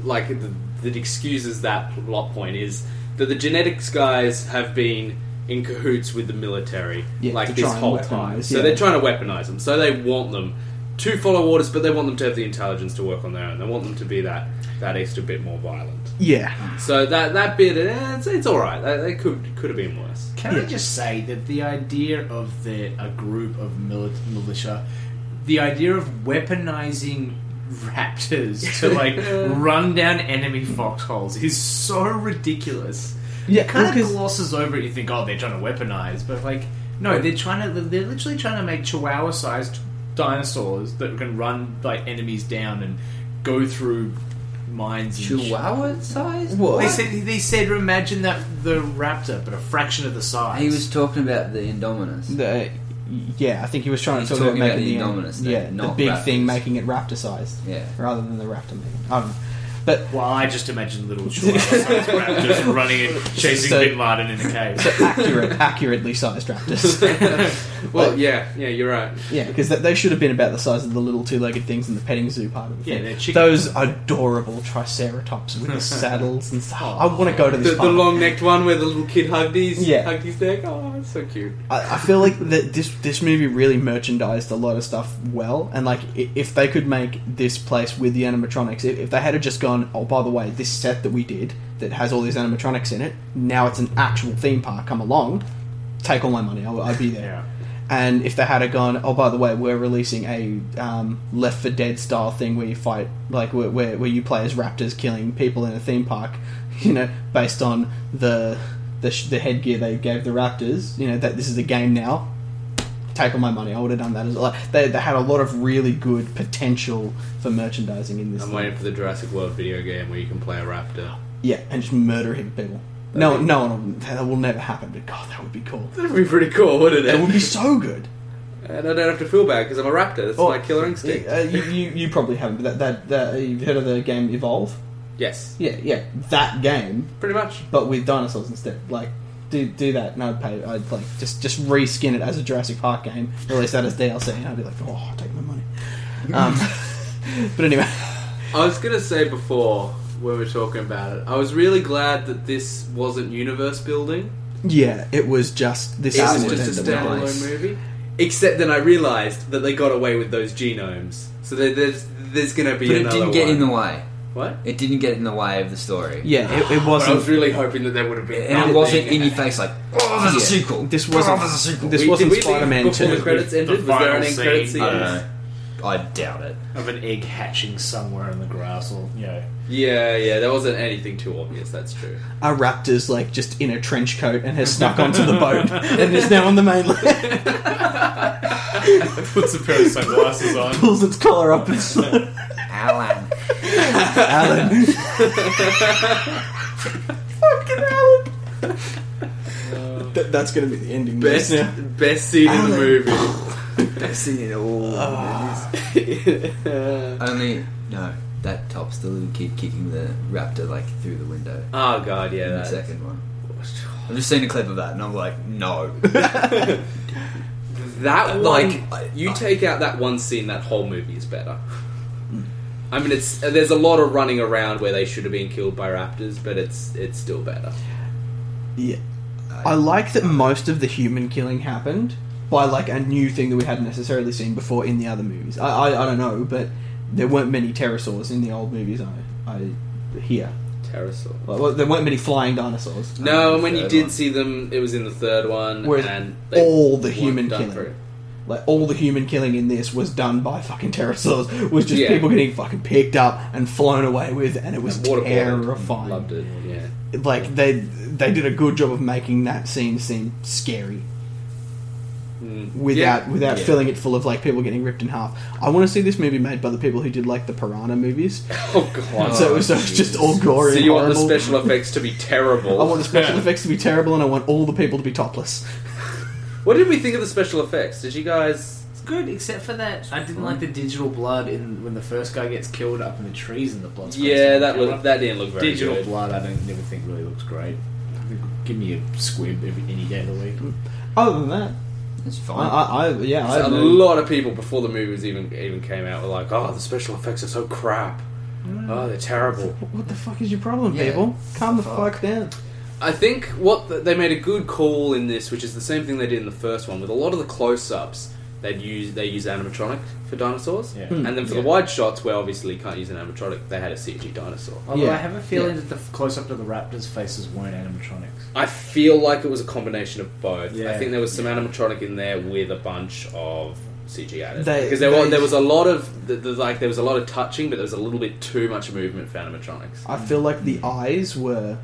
C: like th- that excuses that plot point is that the genetics guys have been in cahoots with the military
E: Yeah, to
C: like
E: try
C: this
E: and
C: whole
E: weaponize,
C: time. So
E: yeah.
C: they're trying to weaponize them. So they want them to follow orders, but they want them to have the intelligence to work on their own. They want them to be that that extra bit more violent.
E: Yeah.
C: So that that bit, eh, it's, it's all right. That, that could could have been worse.
D: Can I
E: Yeah.
D: just say that the idea of the, a group of mili- militia, the idea of weaponizing raptors to like run down enemy foxholes is so ridiculous.
E: Yeah,
D: it kind
E: well, 'cause-
D: of glosses over it. You think, oh, they're trying to weaponize, but like, no, they're trying to. They're literally trying to make chihuahua-sized dinosaurs that can run like enemies down and go through mines. and shit.
F: Chihuahua size?
E: What?
D: They said, they said, imagine that the raptor, but a fraction of the size.
F: He was talking about the Indominus.
E: The, uh, yeah, I think he was trying
F: He's
E: to talk about
F: talking about
E: making
F: the
E: the, um,
F: Indominus thing,
E: yeah, the
F: not
E: big
F: raptors.
E: thing making it raptor sized.
F: Yeah.
E: Rather than the raptor making Um, I don't know. But
D: Well, I just imagine little chihuahuas just running and chasing
E: So-
D: Bin Laden in a cave.
E: so accurate, accurately sized raptors.
C: Well, yeah, yeah, you're right.
E: yeah, because they should have been about the size of the little two legged things in the petting zoo part of the
D: Yeah,
E: thing.
D: they're chicken.
E: Those adorable triceratops with the saddles and stuff. I want to go to this
C: The, the
E: park.
C: long necked one where the little kid hugged his
E: Yeah.
C: hugged his neck. Oh, that's so cute.
E: I, I feel like that this this movie really merchandised a lot of stuff well, and like i- if they could make this place with the animatronics, if, if they had just gone, oh by the way, this set that we did that has all these animatronics in it, now it's an actual theme park. Come along, take all my money, I'll, I'll be there. And if they had a gone, oh by the way, we're releasing a um, Left for Dead style thing where you fight, like where, where where you play as raptors killing people in a theme park, you know, based on the the, sh- the headgear they gave the raptors, you know, that this is a game now. Take all my money. I would have done that as well. They, they had a lot of really good potential for merchandising in this.
C: I'm
E: thing.
C: waiting for the Jurassic World video game where you can play a raptor.
E: Yeah, and just murdering people. No, no one. That will never happen. But God, that would be cool.
C: That'd be pretty cool, wouldn't
E: That would
C: it?
E: be so good.
C: And I don't have to feel bad because I'm a raptor. That's
E: Oh,
C: my killer instinct.
E: Uh, you, you, you probably haven't, but that, that, that you've heard of the game Evolve?
C: Yes,
E: Yeah, yeah, that game,
C: pretty much.
E: but with dinosaurs instead. Like, do do that, and I'd pay. I'd like just just reskin it as a Jurassic Park game, release that as DLC, and I'd be like, oh, take my money. Um, but anyway,
C: I was gonna say before when we were talking about it, I was really glad that this wasn't universe building.
E: yeah, it was just this.
C: It was
E: outlet
C: just a
E: and
F: the
C: standalone
F: nice.
C: movie. Except then I realised that they got away with those genomes, so there, there's there's gonna be
F: But it
C: another
F: didn't get
C: one.
F: in the way.
C: what?
F: It didn't get in the way of the story.
E: yeah, it, it
C: But I
E: wasn't.
C: was really hoping that there would have been.
F: And it
C: another
F: wasn't
C: thing.
F: in your face like, oh, there's a
E: Yeah.
F: sequel.
E: This
F: oh, there's a sequel.
E: wasn't. This
C: Wait,
E: wasn't
C: did we leave
E: Spider-Man
C: before the Uh,
E: Two.
C: credits ended. Was there an
D: final
C: end credits
D: scene,
F: I don't
C: sequence?
F: know. I doubt it.
D: of an egg hatching somewhere in the grass, or you know,
C: Yeah, yeah, there wasn't anything too obvious. That's true.
E: A raptor's like just in a trench coat and has snuck onto the boat and is now on the mainland.
D: puts a pair of sunglasses on.
E: Pulls its collar up and sl-
F: Alan.
E: Alan. Fucking Alan. Th- that's gonna be the ending.
C: Best,
E: now.
C: best scene in the
E: Alan.
C: movie.
F: Uh,
E: Ah,
F: Only, no, that tops the little kid kicking the raptor like through the window.
C: Oh god, yeah,
F: in the
C: that's
F: second one. I've just seen a clip of that and I'm like, no.
C: that one,
F: Like,
C: like
F: I-
C: you
F: I-
C: take out that one scene, that whole movie is better. I mean, it's uh, there's a lot of running around where they should have been killed by raptors, but it's it's still better.
E: Yeah. I like that most of the human killing happened by like a new thing that we hadn't necessarily seen before in the other movies. I I, I don't know, but there weren't many pterosaurs in the old movies. I I hear.
C: Pterosaur.
E: Well, well, there weren't many flying dinosaurs.
C: No,
F: the
C: and when you
F: third
C: did
F: one.
C: see them, it was in the third one,
E: Whereas
C: and
E: all the
C: weren't
E: human
C: done
E: killing
C: for it.
E: Like all the human killing in this was done by fucking pterosaurs. Was just
C: Yeah.
E: people getting fucking picked up and flown away with, and it was
C: And waterboarded.
E: terrifying.
C: Loved it. Yeah.
E: Like they they did a good job of making that scene seem scary
C: Mm.
E: without
C: Yeah.
E: without
F: Yeah.
E: filling it full of like people getting ripped in half. I want to see this movie made by the people who did like the Piranha movies.
C: Oh god.
E: so it was so it was just all gory.
C: So
E: and
C: you want the
E: horrible.
C: special effects to be terrible?
E: I want the special effects to be terrible, and I want all the people to be topless.
C: What did we think of the special effects? Did you guys?
D: It's good, except for that. I didn't like the digital blood in when the first guy gets killed up in the trees and the blood.
C: Yeah, that look, that didn't look very
D: digital
C: good.
D: blood. I don't never think really looks great. Give me a squib every, any day of the week.
E: Other than that,
F: That's
E: I,
F: fine.
E: I, I yeah, I
C: a
E: have no-
C: lot of people before the movie was even even came out were like, "Oh, the special effects are so crap. Oh, they're terrible."
E: What the fuck is your problem,
F: Yeah.
E: people? Calm the
F: Fuck.
E: fuck, down.
C: I think what th they made a good call in this, which is the same thing they did in the first one, with a lot of the close-ups. They'd use they use animatronic for dinosaurs,
D: Yeah.
C: and then for the
D: Yeah.
C: wide shots, where obviously you can't use an animatronic, they had a CG dinosaur.
D: Although
E: Yeah.
D: I have a feeling that the f- close up to the raptors' faces weren't animatronics.
C: I feel like it was a combination of both. I
D: Yeah.
C: think there was some animatronic in there with a bunch of CG added
E: They-
C: because there was
E: they-
C: there was a lot of the, the, like there was a lot of touching, but there was a little bit too much movement for animatronics.
E: I feel like the eyes were.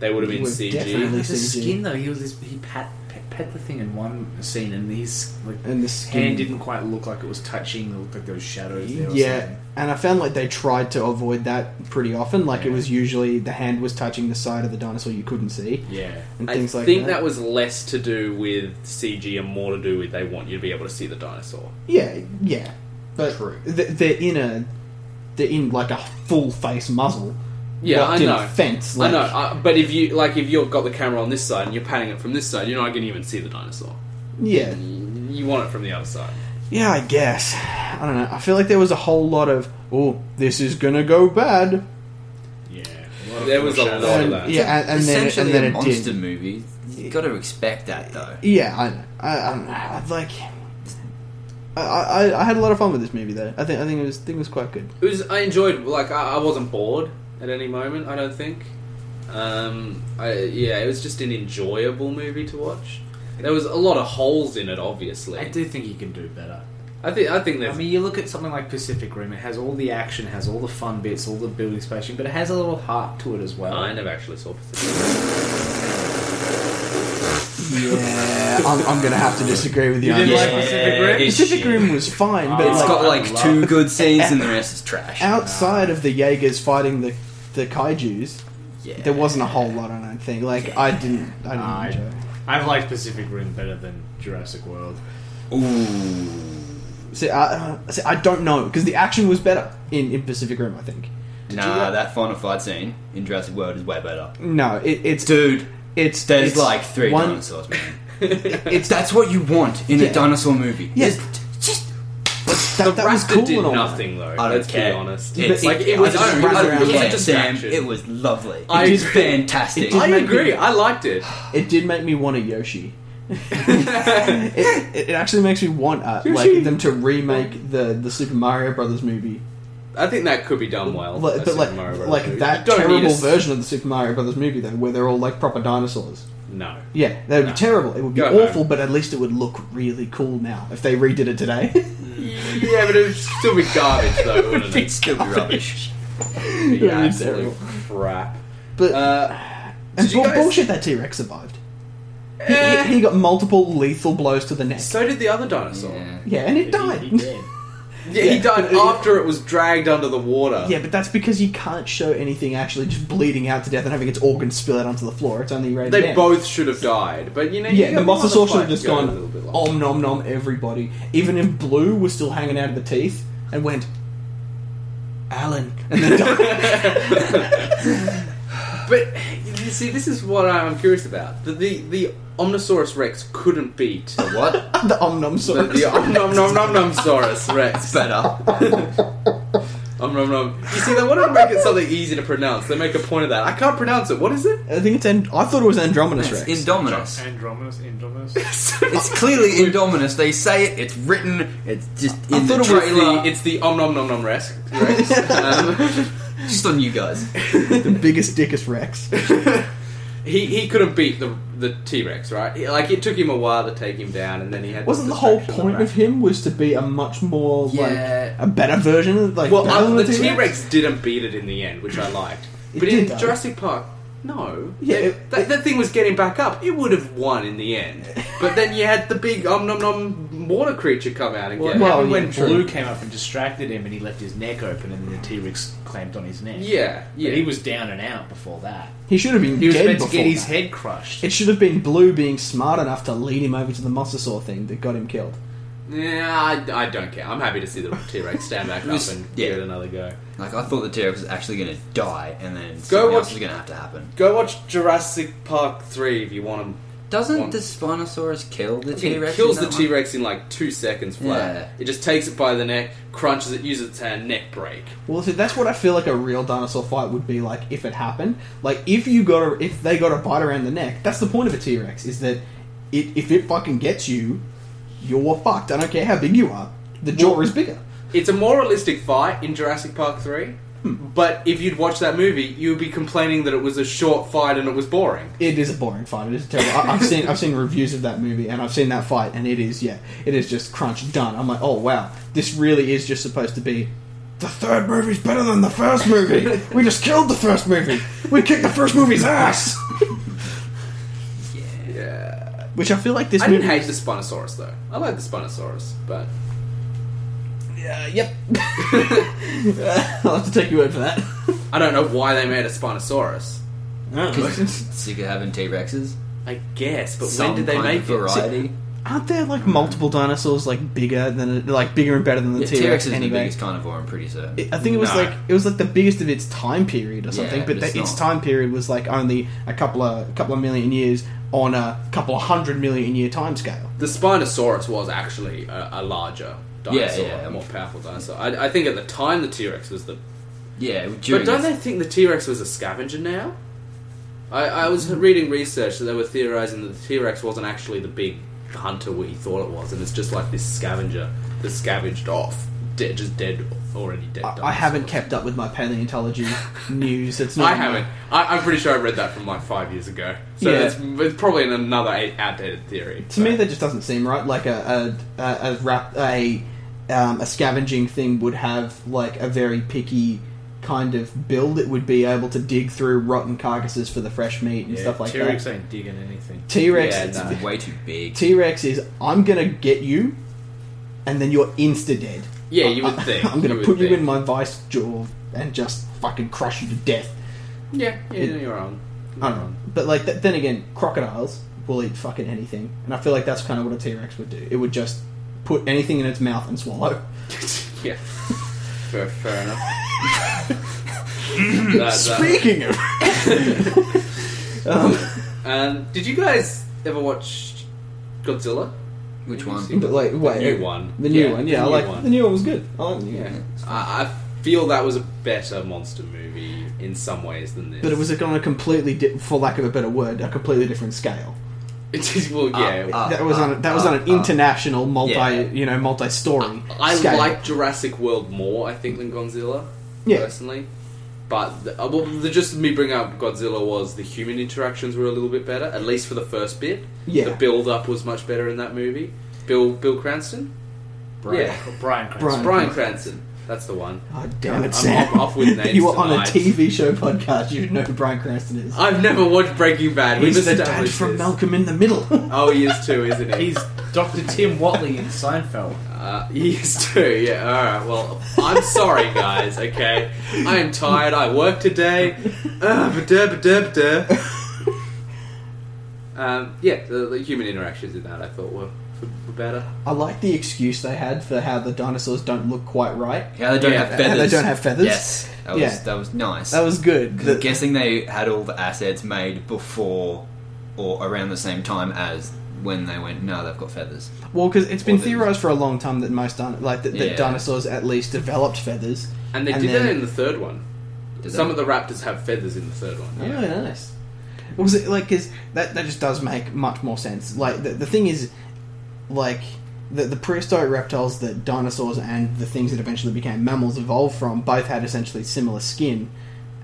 C: They would have been
E: Were
C: CG.
E: definitely- His
D: His
E: CG.
D: skin though, he was this, he pat, pet, pet the thing in one scene, and his like,
E: And the skin-
D: hand didn't quite look like it was touching. It looked like there was shadows there. Or
E: Yeah,
D: something.
E: and I found like they tried to avoid that pretty often. Like it was usually the hand was touching the side of the dinosaur you couldn't see,
D: yeah.
E: and
C: I
E: things like
C: think
E: that.
C: that was less to do with CG and more to do with they want you to be able to see the dinosaur.
E: Yeah, yeah, but
F: True.
E: th- they're in a they're in like a full face muzzle.
C: Yeah,
E: locked
C: I
E: in a
C: know.
E: fence. Like,
C: I know, I, but if you like, if you've got the camera on this side and you're panning it from this side, you're not going to even see the dinosaur.
E: Yeah,
C: You want it from the other side.
E: yeah. I guess I don't know. I feel like there was a whole lot of oh, this is gonna go bad.
D: Yeah.
C: There was a lot
D: foreshadows.
C: of
E: And,
C: that.
E: yeah, and, and then it,
F: Essentially
E: and then
F: a
E: it
F: monster
E: did.
F: movie. You've got to expect that though.
E: Yeah, I, know. I, I don't know. I'd like. I, I, I had a lot of fun with this movie though. I think I think it was think it was quite good.
C: It was. I enjoyed. Like I, I wasn't bored at any moment. I don't think. Um, I, yeah, it was just an enjoyable movie to watch. There was a lot of holes in it, obviously.
D: I do think he can do better.
C: I think. I think
D: I
C: there's.
D: mean, you look at something like Pacific Rim. It has all the action, has all the fun bits, all the building spacing, but it has a little heart to it as well.
C: I never actually saw Pacific.
E: Yeah, I'm, I'm gonna have to disagree with you.
C: You
E: on
C: didn't
E: this
C: like
E: one.
C: Pacific Rim?
F: it's
E: Pacific
F: shit.
E: Rim was fine, but
F: It's
E: like,
F: got like
D: I
F: two good scenes and the rest is trash.
E: outside of the Jaegers fighting the the kaiju's,
F: Yeah.
E: there wasn't a whole lot. I don't think. Like I didn't. I didn't
D: I-
E: enjoy. it.
D: I've liked Pacific Rim better than Jurassic World.
F: Ooh.
E: See, I, uh, see, I don't know because the action was better in, in Pacific Rim. I think.
F: Nah, that final fight scene in Jurassic World is way better.
E: No, it, it's
F: Dude,
E: it's
F: there's
E: it's
F: like three
E: one-
F: dinosaurs, man.
E: It's that,
F: That's what you want in
E: Yeah.
F: a dinosaur movie.
E: Yeah.
F: There's t- just
E: that, that was
C: Raptor
E: cool
C: did
E: and all.
C: nothing though.
E: Uh,
F: I don't
C: let's
F: care.
C: be honest.
F: It's,
E: But
C: like
E: it-
C: it was.
E: I
C: I
E: just
C: don't- I
E: ran
C: don't- it was
E: around
C: a
F: yeah, Sam,
C: distraction.
F: it was lovely.
C: I
F: it was
C: agree.
F: fantastic.
E: It did
C: I
E: make
C: agree.
E: me-
C: I liked it.
E: It did make me want a Yoshi. it, it, it actually makes me want uh,
C: Yoshi.
E: like them to remake the the Super Mario Brothers movie
C: I think that could be done well.
E: Like-
C: a
E: but
C: Super
E: like,
C: Mario Bros.
E: like
C: movie. You
E: that
C: don't need
E: terrible
C: a s-
E: version of the Super Mario Brothers movie, though, where they're all like proper dinosaurs.
C: No.
E: Yeah, that would be
C: No.
E: terrible. It would be
C: Go
E: awful, but at least it would look really cool now if they redid it today.
C: Yeah, but it would still be garbage though, wouldn't
F: It's
C: it?
F: still be rubbish.
C: It'd
E: be
C: be absolute
E: terrible.
C: crap.
E: but
C: Uh,
E: and
C: did you
E: bu-
C: guys-
E: bullshit, that T Rex survived. He, he-
C: Eh.
E: he got multiple lethal blows to the neck.
C: so did the other dinosaur.
F: Yeah.
E: yeah, and it died.
D: He- he did.
C: Yeah, he died after it was dragged under the water.
E: Yeah, but that's because you can't show anything actually just bleeding out to death and having its organs spill out onto the floor. It's only rated
C: They
E: M.
C: both should have died, but you know, you
E: Yeah, the
C: gotta
E: mosasaur
C: let
E: should have
C: fight
E: just
C: go a
E: gone "Oh,
C: little bit longer.
E: om nom nom everybody. Even in blue was still hanging out of the teeth and went Alan and then died.
C: But you see, this is what I'm curious about. The the, the Omnosaurus Rex couldn't beat the
F: What?
E: the om nom sorry.
C: Om Nom Nom Nom Nomsaurus Rex.
F: Better.
C: Om Nom Nom. You see, they want to make it something easy to pronounce. They make a point of that. I can't pronounce it. What is it?
E: I think it's and- I thought it was Andromeda's
F: It's
E: Rex.
F: Indominus.
D: Andromus, Indominus.
F: It's clearly Indominus. They say it. It's written. It's just in
C: I
F: the
C: thought it was
F: trailer.
C: the, it's the Om Nom Nom Nom Rex. Rex. um,
F: it's just on you guys.
E: the biggest dickest Rex.
C: he he couldn't beat the the T Rex, right? He- Like it took him a while to take him down, and then he had
E: Wasn't the
C: this
E: whole
C: distraction
E: point of
C: back.
E: him was to be a much more
F: Yeah.
E: like a better version of like
C: Well,
E: better
C: uh,
E: than
C: the
E: T-Rex?
C: T Rex didn't beat it in the end, which I liked.
E: It
C: But
E: did,
C: in
E: though.
C: Jurassic Park, no.
E: Yeah,
C: They-
E: it-
C: that, that thing was getting back up. It would have won in the end. But then you had the big om nom nom water creature come out and
D: Well,
C: get
D: it
E: Well,
D: happened
E: yeah,
D: when
E: true.
D: Blue came up and distracted him, and he left his neck open, and then the T Rex clamped on his neck.
C: Yeah,
D: But
C: yeah.
D: he was down and out before that.
E: He should have been
D: He was
E: dead
D: meant to
E: before
D: get his
E: that.
D: head crushed.
E: It should have been Blue being smart enough to lead him over to the mosasaur thing that got him killed.
C: Yeah, I, I don't care. I'm happy to see the T Rex stand back up
F: was-
C: and
F: yeah.
C: give it another go.
F: Like I thought the T Rex was actually going to die, and then something
C: watch-
F: else was going to have to happen.
C: Go watch Jurassic Park 3 if you want them.
F: Doesn't
C: One.
F: the Spinosaurus kill the T
C: It
F: Rex?
C: kills the T Rex in like two seconds flat.
F: Yeah.
C: It just takes it by the neck, crunches it, uses its hand, neck break.
E: Well, see, that's what I feel like a real dinosaur fight would be like if it happened. Like if you got a, if they got a bite around the neck. That's the point of a T Rex is that it if it fucking gets you, you're fucked. I don't care how big you are. The jaw is bigger.
C: It's a more realistic fight in Jurassic Park 3,
F: Hmm.
C: but if you'd watched that movie, you'd be complaining that it was a short fight and it was boring.
E: It is a boring fight. It is terrible. I, I've seen I've seen reviews of that movie and I've seen that fight and it is yeah it is just crunch done. I'm like oh wow this really is just supposed to be. The third movie's better than the first movie. We just killed the first movie. We kicked the first movie's ass.
C: Yeah.
E: Which I feel like this
C: I
E: movie
C: didn't hate the Spinosaurus though. I like the Spinosaurus, but
E: Uh, yep. I'll have to take your word for that.
C: I don't know why they made a Spinosaurus.
F: Sick of having T Rexes.
C: I guess, but
F: Some
C: when did they
F: kind
C: make
F: of
C: it?
F: variety?
E: Aren't there like multiple dinosaurs like bigger than like bigger and better than the
F: Yeah,
E: T
F: T Rex
E: Rex
F: is the
E: anyway?
F: biggest carnivore. I'm pretty certain.
E: It- I think it was
C: No.
E: like it was like the biggest of its time period or something,
F: Yeah,
E: but,
F: but
E: the,
F: it's
E: its
F: not.
E: time period was like only a couple of a couple of million years on a couple of hundred million year time scale.
C: The Spinosaurus was actually a, a larger dinosaur,
F: yeah,
C: a
F: I'm-
C: more powerful dinosaur. I, I think at the time the T Rex was the.
F: yeah, during
C: but don't they
F: this-
C: think the T Rex was a scavenger now? I, I was reading research that they were theorizing that the T Rex wasn't actually the big hunter what he thought it was, and it's just like this scavenger that scavenged off, dead, just dead, already dead.
E: I, I haven't kept up with my paleontology news. It's not
C: I haven't. I, I'm pretty sure I read that from like five years ago. So
E: Yeah.
C: it's, it's probably another a- outdated theory.
E: To me, that just doesn't seem right. Like a a a, a, rap, a, um, a scavenging thing would have like a very picky kind of build. It would be able to dig through rotten carcasses for the fresh meat and stuff like
D: T Rex
E: that.
D: ain't digging anything.
E: T Rex,
C: Yeah,
F: it's way too big.
E: T Rex is I'm gonna get you, and then you're insta dead.
C: Yeah, you would think.
E: I'm gonna
C: would
E: put you
C: think.
E: in my vice jaw and just fucking crush you to death.
C: Yeah, yeah,
E: It-
C: you're wrong.
E: I don't know. But like th- then again, crocodiles will eat fucking anything, and I feel like that's kind of what a T Rex would do. It would just put anything in its mouth and swallow.
C: Yeah. Fair, fair enough. That- that-
E: Speaking of,
C: um, did you guys ever watch Godzilla?
F: Which
C: Did you
F: one?
C: see
E: but like wait,
C: new one.
E: the new
C: Yeah,
E: one, yeah,
C: the
E: I
C: new
E: like
C: one.
E: the new one was good. I like the new
C: Yeah.
E: one.
C: I, I feel that was a better monster movie in some ways than this.
E: But it was on a completely, di- for lack of a better word, a completely different scale.
C: It is- well, yeah.
F: Uh,
E: that was on a, that
C: ah,
E: was on an international multi,
F: yeah.
E: you know, multi-story.
C: I
E: scale.
C: like Jurassic World more, I think, than Godzilla.
E: Yeah.
C: Personally. But the, uh, well, the, just me bringing up Godzilla was the human interactions were a little bit better, at least for the first bit.
E: Yeah.
C: The build up was much better in that movie. Bill Bill Cranston?
D: Brian,
C: Yeah.
D: Brian,
E: Brian.
D: Cranston.
C: Brian Cranston. That's the one.
E: Oh, damn it,
C: I'm
E: Sam!
C: off- off with names
E: you are on a
C: tonight. Ah,
E: TV show podcast. You know who Brian Cranston is.
C: I've never watched Breaking Bad. We've
E: He's the dad
C: established
E: from
C: this.
E: Malcolm in the Middle.
C: Oh, he is too, isn't he?
D: He's Dr. Tim Watley in Seinfeld.
C: Uh, he is too. Yeah. All right. Well, I'm sorry, guys. Okay, I am tired. I work today. Uh, ba-da, ba-da, ba-da. Um, yeah, the, the human interactions in that I thought were, were better.
E: I like the excuse they had for how the dinosaurs don't look quite right.
F: Yeah, they don't
C: Yeah,
F: have
C: and
E: they
F: feathers.
E: don't have feathers.
F: Yes, that was
E: Yeah.
F: that was nice.
E: That was good.
F: 'Cause
E: The-
F: I'm guessing they had all the assets made before or around the same time as when they went. No, they've got feathers.
E: well, because it's been
F: Well, they-
E: theorized for a long time that most dino- like that, that
F: Yeah.
E: dinosaurs at least developed feathers.
C: And they
E: And
C: did
E: then-
C: that in the third one.
F: Did
C: Some
F: they?
C: of the raptors have feathers in the third one.
E: Oh,
C: Yeah.
E: nice. Was it like because that that just does make much more sense. Like the, the thing is, like the the prehistoric reptiles that dinosaurs and the things that eventually became mammals evolved from both had essentially similar skin,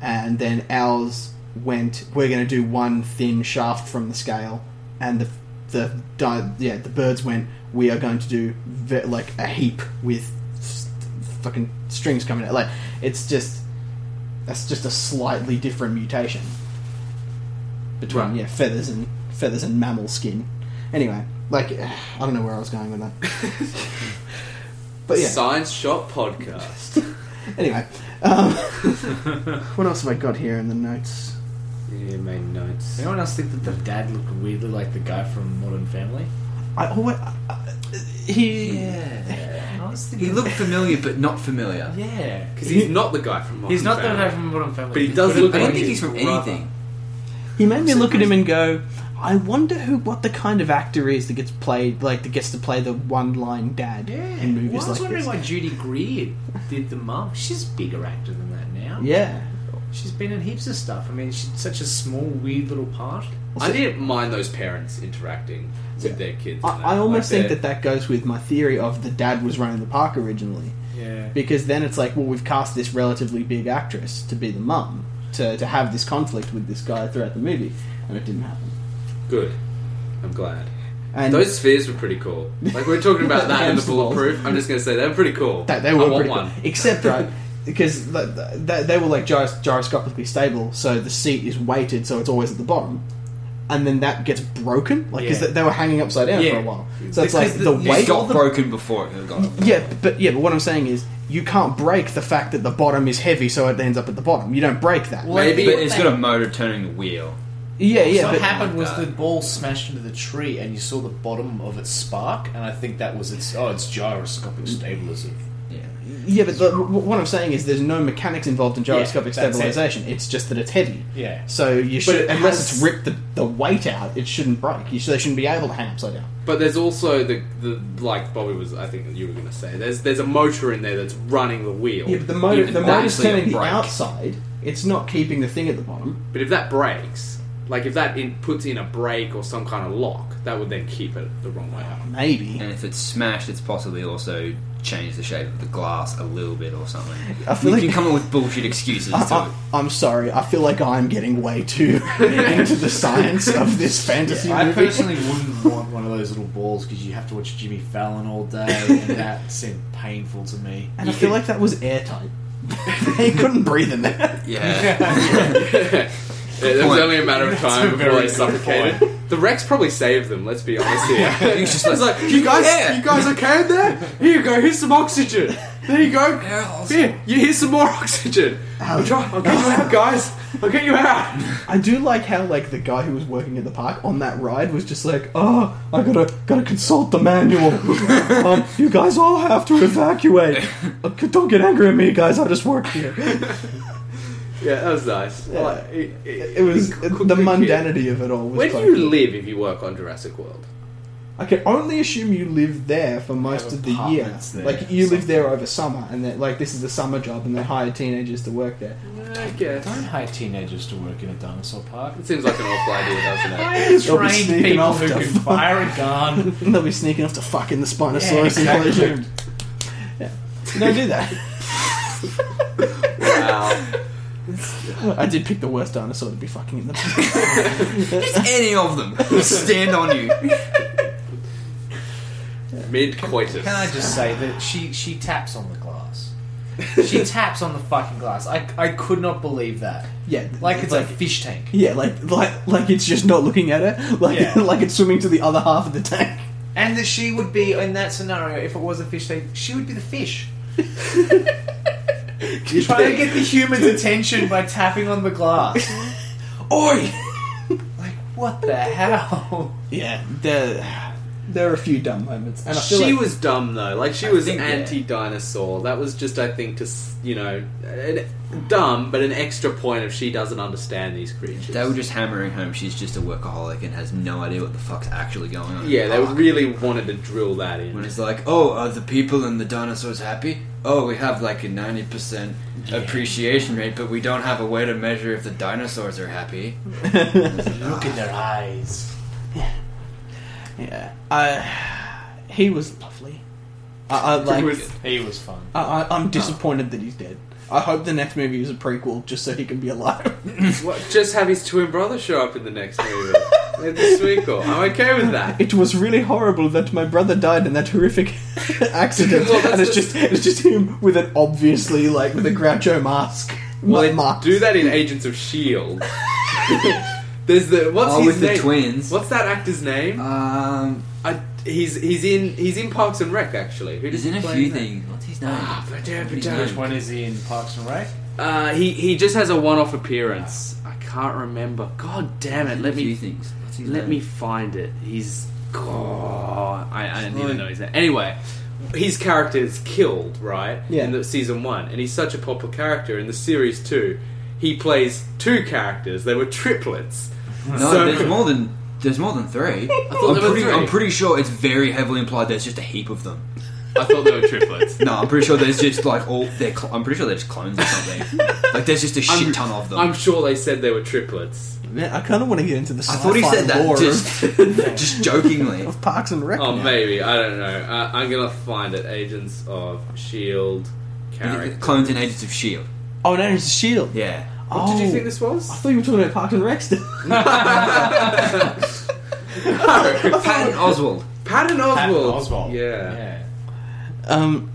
E: and then ours went. We're going to do one thin shaft from the scale, and the the di- yeah the birds went. We are going to do ve- like a heap with s- fucking strings coming out. Like it's just that's just a slightly different mutation between
C: Right.
E: yeah feathers and feathers and mammal skin. Anyway, like I don't know where I was going with that, but yeah.
C: Science Shop podcast.
E: Anyway, um, what else have I got here in the notes?
C: yeah, made notes.
D: Anyone else think that the dad looked weirdly like the guy from Modern Family?
E: I always I, uh, He,
D: Hmm. Yeah. I was thinking.
F: He looked familiar, but not familiar.
D: Yeah.
C: Because
D: Because
C: he's not the guy from Modern
D: he's not the
C: Family.
D: guy from Modern Family.
C: But he does
F: I
C: look
F: don't
C: like
F: think
C: him.
F: he's from
C: Rather.
F: anything.
E: he made me look at him and go, I wonder who, what the kind of actor is that gets played, like that gets to play the one-line dad
D: Yeah.
E: in
D: Well,
E: movies
D: I was
E: like
D: wondering
E: this.
D: why Judy Greer did the mum. She's a bigger actor than that now.
E: Yeah,
D: She's been in heaps of stuff. I mean, she's such a small, weird little part.
C: I didn't mind those parents interacting with their kids. and
E: I, I almost
C: Like,
E: think that that goes with my theory of the dad was running the park originally.
D: Yeah.
E: because then it's like, well, we've cast this relatively big actress to be the mum to, to have this conflict with this guy throughout the movie, and it didn't happen.
C: Good. I'm glad.
E: And
C: Those spheres were pretty cool. Like we we're talking about that in the
E: Hamster balls.
C: bulletproof. I'm just gonna say they're pretty cool.
E: that, they
C: I
E: were
C: want
E: pretty cool.
C: one.
E: except right because th- th- they, they were like gyros- gyroscopically stable, so the seat is weighted, so it's always at the bottom. And then that gets broken, like because
D: Yeah.
E: they, they were hanging upside down for
D: Yeah.
E: a while. So it's
D: Because
E: like
D: the-
E: the,
D: you
F: It
E: weight.
F: got
E: of the,
F: broken before it got.
E: yeah, but yeah, but what I'm saying is you can't break the fact that the bottom is heavy, so it ends up at the bottom. You don't break that.
D: Well,
F: Maybe
D: I
F: but
D: think
F: it's
D: they-
F: got a motor turning the wheel.
E: yeah, yeah.
D: what
E: but,
D: happened was
F: like
D: the ball smashed into the tree, and you saw the bottom of it spark. And I think that was its oh, its gyroscopic stabilism.
F: Yeah.
E: Yeah, but the, wh- what I'm saying is there's no mechanics involved in gyroscopic
D: Yeah, that's it.
E: stabilization. It's just that it's heavy.
D: Yeah.
E: So you should,
C: it
E: unless
C: has-
E: it's ripped the, the weight out, it shouldn't break. You sh- they shouldn't be able to hang upside down.
C: But there's also the the like Bobby was I think you were gonna say there's there's a motor in there that's running the wheel.
E: Yeah, but the motor,
F: Even
E: the
F: if
E: motor's
F: actually a
E: turning the
F: brake.
E: outside. It's not keeping the thing at the bottom.
C: But if that breaks, like if that in, puts in a brake or some kind of lock, that would then keep it the wrong way up.
E: Maybe.
F: And if it's smashed, it's possibly also changed the shape of the glass a little bit or something.
E: I feel
F: you
E: like-
F: can come up with bullshit excuses to
E: I,
F: it.
E: I, am sorry. I feel like I'm getting way too into the science of this fantasy
D: I
E: movie.
D: personally wouldn't want one of those little balls because you have to watch Jimmy Fallon all day, and that seemed painful to me.
E: and I feel like that was airtight. he couldn't breathe in there.
F: Yeah.
C: Yeah, it was
F: point.
C: only a matter of
D: a
C: time before
D: very
C: they
D: good
C: suffocated. The Rex probably saved them. Let's be honest here. He's just like, you guys,
F: Yeah.
C: you guys okay in there? Here you go. Here's some oxygen. There you go. Here, you here's some more oxygen. I'll, try, I'll get you out, guys. I'll get you out.
E: I do like how like the guy who was working at the park on that ride was just like, oh, I gotta gotta consult the manual. um, you guys all have to evacuate. Uh, Don't get angry at me, guys. I just work here.
C: Yeah, that was nice. I like- it, it-
E: It was
C: good- good
E: the
C: kid.
E: mundanity of it all. Was
C: Where do
E: quite
C: you
E: cool.
C: live if you work on Jurassic World?
E: I can only assume you live there for most
D: Have
E: of the year.
D: apartments there
E: like
D: or
E: you live
D: something.
E: there over summer, and that like this is the summer job, and they hire teenagers to work there.
C: I guess
D: Don't hire teenagers to work in a dinosaur park.
C: it seems like an awful idea, doesn't it?
E: They'll be sneaking off to fuck.
D: fire a gun.
E: And they'll be sneaking off to fuck in the Spinosaurus
D: Yeah, exactly.
E: enclosure. Yeah, don't do that. I did pick the worst dinosaur to be fucking in the.
F: Any of them will stand on you.
C: Mid coitus.
D: Can I just say that she she taps on the glass? She taps on the fucking glass. I, I could not believe that.
E: Yeah,
D: Like it's a fish tank.
E: yeah, like like like it's just not looking at it, like
D: Yeah.
E: like it's swimming to the other half of the tank.
D: And that she would be in that scenario if it was a fish tank, she would be the fish. Trying to get the human's attention by tapping on the glass.
E: Oi!
D: Like what the hell?
E: Yeah, there there are a few dumb moments, and I feel
C: she
E: like-
C: was dumb though. Like she was
F: think, yeah.
C: anti-dinosaur. That was just, I think, to s- you know, an, dumb, but an extra point of she doesn't understand these creatures.
F: They were just hammering home she's just a workaholic and has no idea what the fuck's actually going on. in
C: yeah,
F: the
C: they
F: park.
C: really wanted to drill that
F: When
C: in.
F: it's like, oh, are the people and the dinosaurs happy? Oh, we have like a 90% appreciation rate, but we don't have a way to measure if the dinosaurs are happy.
D: Look in their eyes.
E: yeah, I he was lovely. I, I like.
C: It was-
D: He was fun.
E: I, I, I'm disappointed that he's dead. I hope the next movie is a prequel, just so he can be alive.
C: what, just have his twin brother show up in the next movie. Like the sequel. I'm okay with that.
E: It was really horrible that my brother died in that horrific accident,
C: Well, that's
E: and it's
C: the-
E: just it's just him with an obviously like with a Groucho mask.
C: Well,
E: Like
C: they
E: mask.
C: do that in Agents of Shield. E There's the what's
F: Oh,
C: his
F: with the
C: name?
F: twins.
C: What's that actor's name?
F: Um,
C: I, he's he's in he's in Parks and Rec actually. Who
F: there's
C: does he
F: in a
C: play
F: few
C: that?
F: things. What's his name?
C: Ah, but damn, but
F: His
C: damn.
F: name.
D: Which one is he in Parks and Rec?
C: Uh, he he just has a one-off appearance. I can't remember. God damn it! Let
F: a few
C: me
F: things. What's his
C: let
F: name?
C: me find it. He's God, I, I don't even know his name. Anyway, his character is killed, right?
E: Yeah.
C: In the season one, and he's such a popular character in the series two. He plays two characters. They were triplets.
F: No,
C: So-
F: there's more than there's more than three. I
C: thought
F: am
C: there were
F: pretty,
C: three.
F: I'm pretty sure it's very heavily implied. There's just a heap of them.
C: I thought they were triplets.
F: No, I'm pretty sure there's just like all they're. Cl- I'm pretty sure they're just clones or something. like there's just a shit
C: I'm-
F: ton of them.
C: I'm sure they said they were triplets.
E: Man, I kind of want to get into the
F: I
E: sci-fi
F: thought he said that
E: lore of,
F: just just jokingly.
E: of Parks and Rec.
C: Oh,
E: now.
C: maybe I don't know. Uh, I'm gonna find it. Agents of Shield E character.
F: Clones and Agents of Shield.
E: Oh, no, it's a shield.
F: E Yeah.
E: Oh,
C: What did you think this
E: I
C: was?
E: thought you were talking about Parks and Rec still.
F: Patton Oswald.
C: Patton Oswald.
D: Patton Oswald.
C: Yeah.
D: yeah.
E: um,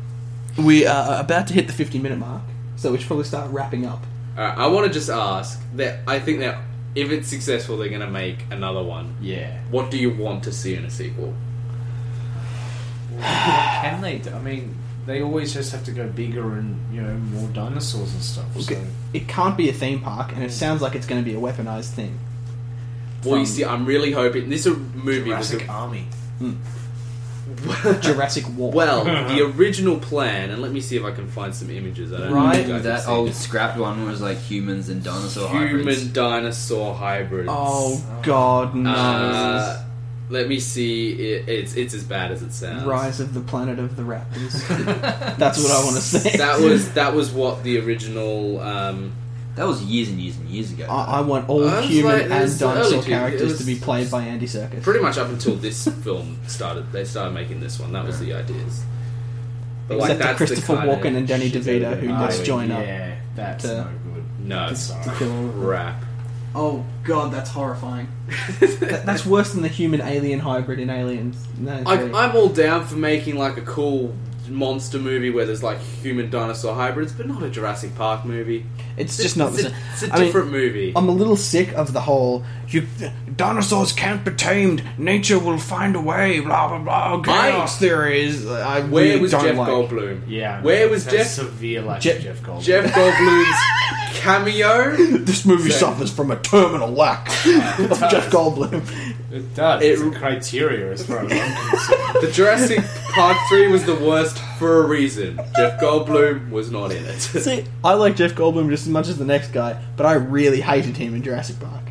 E: we are about to hit the 50 minute mark, so we should probably start wrapping up.
C: All right, I want to just ask that I think that if it's successful, they're gonna make another one.
D: Yeah.
C: What do you want to see in a sequel?
D: Can they? do- I mean, they always just have to go bigger and you know more dinosaurs and stuff. So.
E: Okay. It can't be a theme park, and it sounds like it's going to be a weaponized thing.
C: Well, you
D: From-
C: see, I'm really hoping this movie was.
D: Jurassic Army.
E: Jurassic War.
C: Well, the original plan, and let me see if I can find some images. I don't know if you
F: Right,
C: guys have
F: that
C: seen
F: old
C: it.
F: scrapped one was like humans and dinosaur
C: human
F: hybrids.
C: dinosaur hybrids.
E: oh God, no!
C: Uh, let me see. It, it's it's as bad as it sounds.
E: Rise of the Planet of the Raptors. That's what I want to say.
C: That was that was what the original. Um,
F: That was years and years and years ago.
E: I, I want all
C: I was
E: human
C: like, it was
E: and
C: the early
E: dinosaur
C: two- it
E: characters
C: was-
E: to be played by Andy Serkis.
C: pretty much up until this film started, they started making this one. That was the ideas. But
E: Except for
C: that's the
E: Christopher
C: kinda
E: Walken and Danny
C: shit
E: DeVito, who
C: that-
E: must
D: Oh,
E: join
D: yeah,
E: up.
D: that's
E: to-
D: no good.
C: No,
D: That's
E: to
D: alright.
E: kill-
C: crap.
E: Oh God, that's horrifying. That- that's worse than the human alien hybrid in Aliens. No,
C: I,
E: three.
C: I'm all down for making like a cool monster movie where there's like human dinosaur hybrids, but not a Jurassic Park movie.
E: it's just not. the
C: It's a,
E: same.
C: it's a
E: I mean,
C: different movie.
E: I'm a little sick of the whole you dinosaurs can't be tamed. Nature will find a way. Blah blah blah. Chaos theories. I
C: Where
E: really
C: was
E: don't
C: Jeff
E: like.
C: Goldblum?
D: Yeah. I
C: Where
D: mean,
C: was
D: that's
C: Jeff?
D: Severe lack
E: Jeff-
D: of Jeff Goldblum.
C: Jeff Goldblum's cameo.
E: This movie
C: Same.
E: suffers from a terminal lack of
D: does.
E: Jeff Goldblum.
D: It does.
C: It-
D: it's a criteria as far as I'm concerned.
C: The Jurassic Park 3 was the worst for a reason. Jeff Goldblum was not in it.
E: See, I like Jeff Goldblum just as much as the next guy, but I really hated him in Jurassic Park.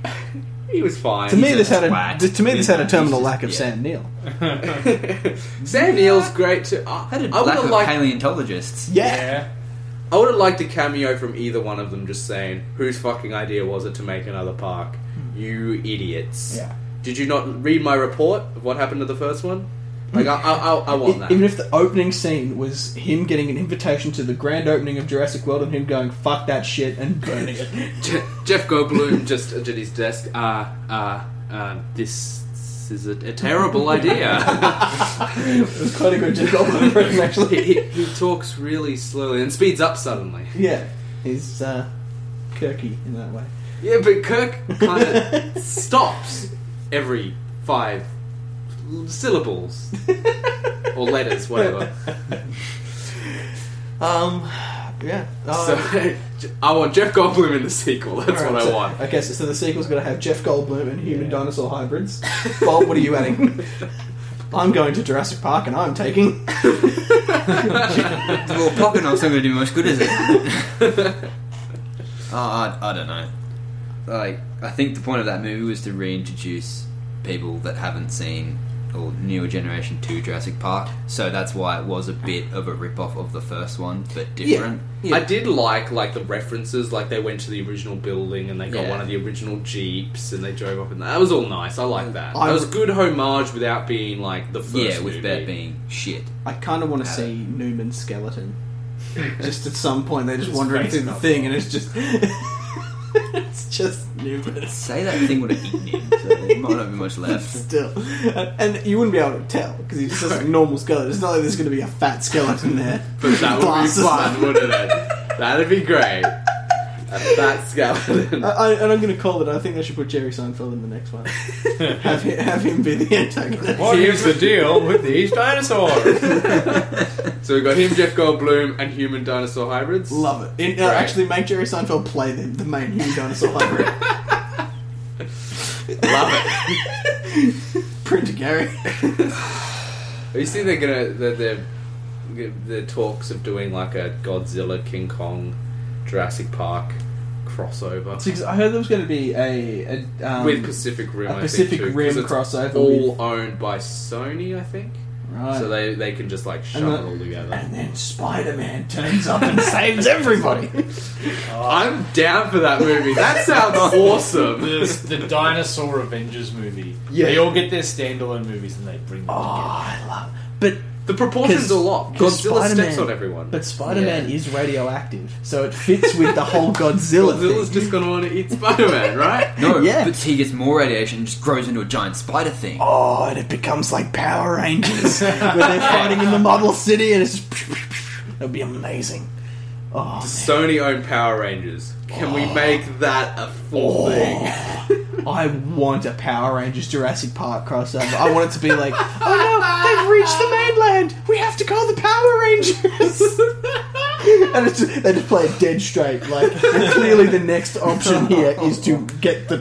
C: He was fine.
E: To me, this had a
F: twat.
E: to me this had a
F: He's
E: terminal
F: just-
E: lack of
F: yeah.
E: Sam Neill.
C: Sam Neill's great too. I,
F: How did
C: I would
F: lack
C: have
F: of
C: liked
F: paleontologists?
E: Yeah,
D: yeah.
C: I would have liked a cameo from either one of them just saying, whose fucking idea was it to make another park? You idiots.
E: Hmm. Yeah.
C: Did you not read my report of what happened to the first one? Like, I, I, I, I want that.
E: E- even if the opening scene was him getting an invitation to the grand opening of Jurassic World and him going "fuck that shit" and burning it.
C: Je- Jeff Goldblum just at his desk, uh, uh, uh, this is a, a terrible idea.
E: It was quite a good Jeff Goldblum impression,
C: he,
E: actually.
C: he, he talks really slowly and speeds up suddenly.
E: Yeah, he's uh, quirky in that way.
C: Yeah, but Kirk kind of stops every five l- syllables or letters, whatever.
E: Um, yeah.
C: So I want Jeff Goldblum in the sequel. That's what I want.
E: Okay, so, so the sequel's going to have Jeff Goldblum and human dinosaur hybrids. Bob, what are you adding? I'm going to Jurassic Park and I'm taking.
F: well, pocket knife's not going to do much good, is it? oh, I, I don't know. Like, I think the point of that movie was to reintroduce people that haven't seen or newer generation to Jurassic Park. So that's why it was a bit of a rip off of the first one, but different.
C: I did like like the references, like they went to the original building and they got
F: Yeah.
C: one of the original jeeps and they drove up and that was all nice. I like that.
E: I-
C: that was good homage without being like the first.
F: Mm. Yeah, with that
C: movie.
F: being shit.
E: I kind of want to see Newman's skeleton. just at some point, they're just
D: His
E: wandering
D: face
E: through the
D: not
E: thing, and it's just. it's just Newman.
F: Say that thing would have eaten him, so there might not be much left.
E: Still, and you wouldn't be able to tell because he just has a normal skeleton. It's not like there's going to be a fat skeleton there.
C: But that would be
E: Glasses.
C: fun, wouldn't it? That'd be great. That's that skeleton.
E: I,
F: Uh,
E: I, and I'm going to call it. I think I should put Jerry Seinfeld in the next one. have, him, have him be the antagonist.
D: What is the deal with these dinosaurs?
C: So we got him, Jeff Goldblum, and human dinosaur hybrids.
E: Love it. In, uh,
C: Right.
E: actually, make Jerry Seinfeld play the, the main human dinosaur hybrid.
C: Love it.
E: Printer Gary.
C: You see, they're gonna they're, they're the talks of doing like a Godzilla, King Kong, Jurassic Park crossover
E: Six- I heard there was going to be a, a um,
C: with Pacific Rim.
E: a
C: I
E: Pacific
C: think, too, 'cause
E: Rim
C: it's
E: crossover
C: all owned by Sony, I think.
E: Right.
C: So they they can just like shove
E: And
C: it
E: the-
C: all together.
E: and then Spider Man turns up and saves everybody.
C: I'm down for that movie. That sounds awesome.
D: There's the dinosaur Avengers movie.
E: Yeah.
D: They all get their standalone movies and they bring them together.
E: Oh, I love. But
C: The proportions are off. Godzilla
E: 'cause Spider-Man-
C: steps on everyone.
E: But Spider Man is radioactive, so it fits with the whole Godzilla.
C: Godzilla's
E: thing.
C: just gonna want to eat Spider Man, right?
F: No,
E: Yeah.
F: but he gets more radiation and just grows into a giant spider thing.
E: Oh, and it becomes like Power Rangers where they're fighting in the model city, and it's just that'd be amazing. Oh,
C: Sony owned Power Rangers. Can we make that a full thing?
E: Oh. I want a Power Rangers Jurassic Park crossover. I want it to be like, oh no, they've reached the mainland. We have to call the Power Rangers. and it's just, they just play it dead straight. Like clearly, the next option here is to get the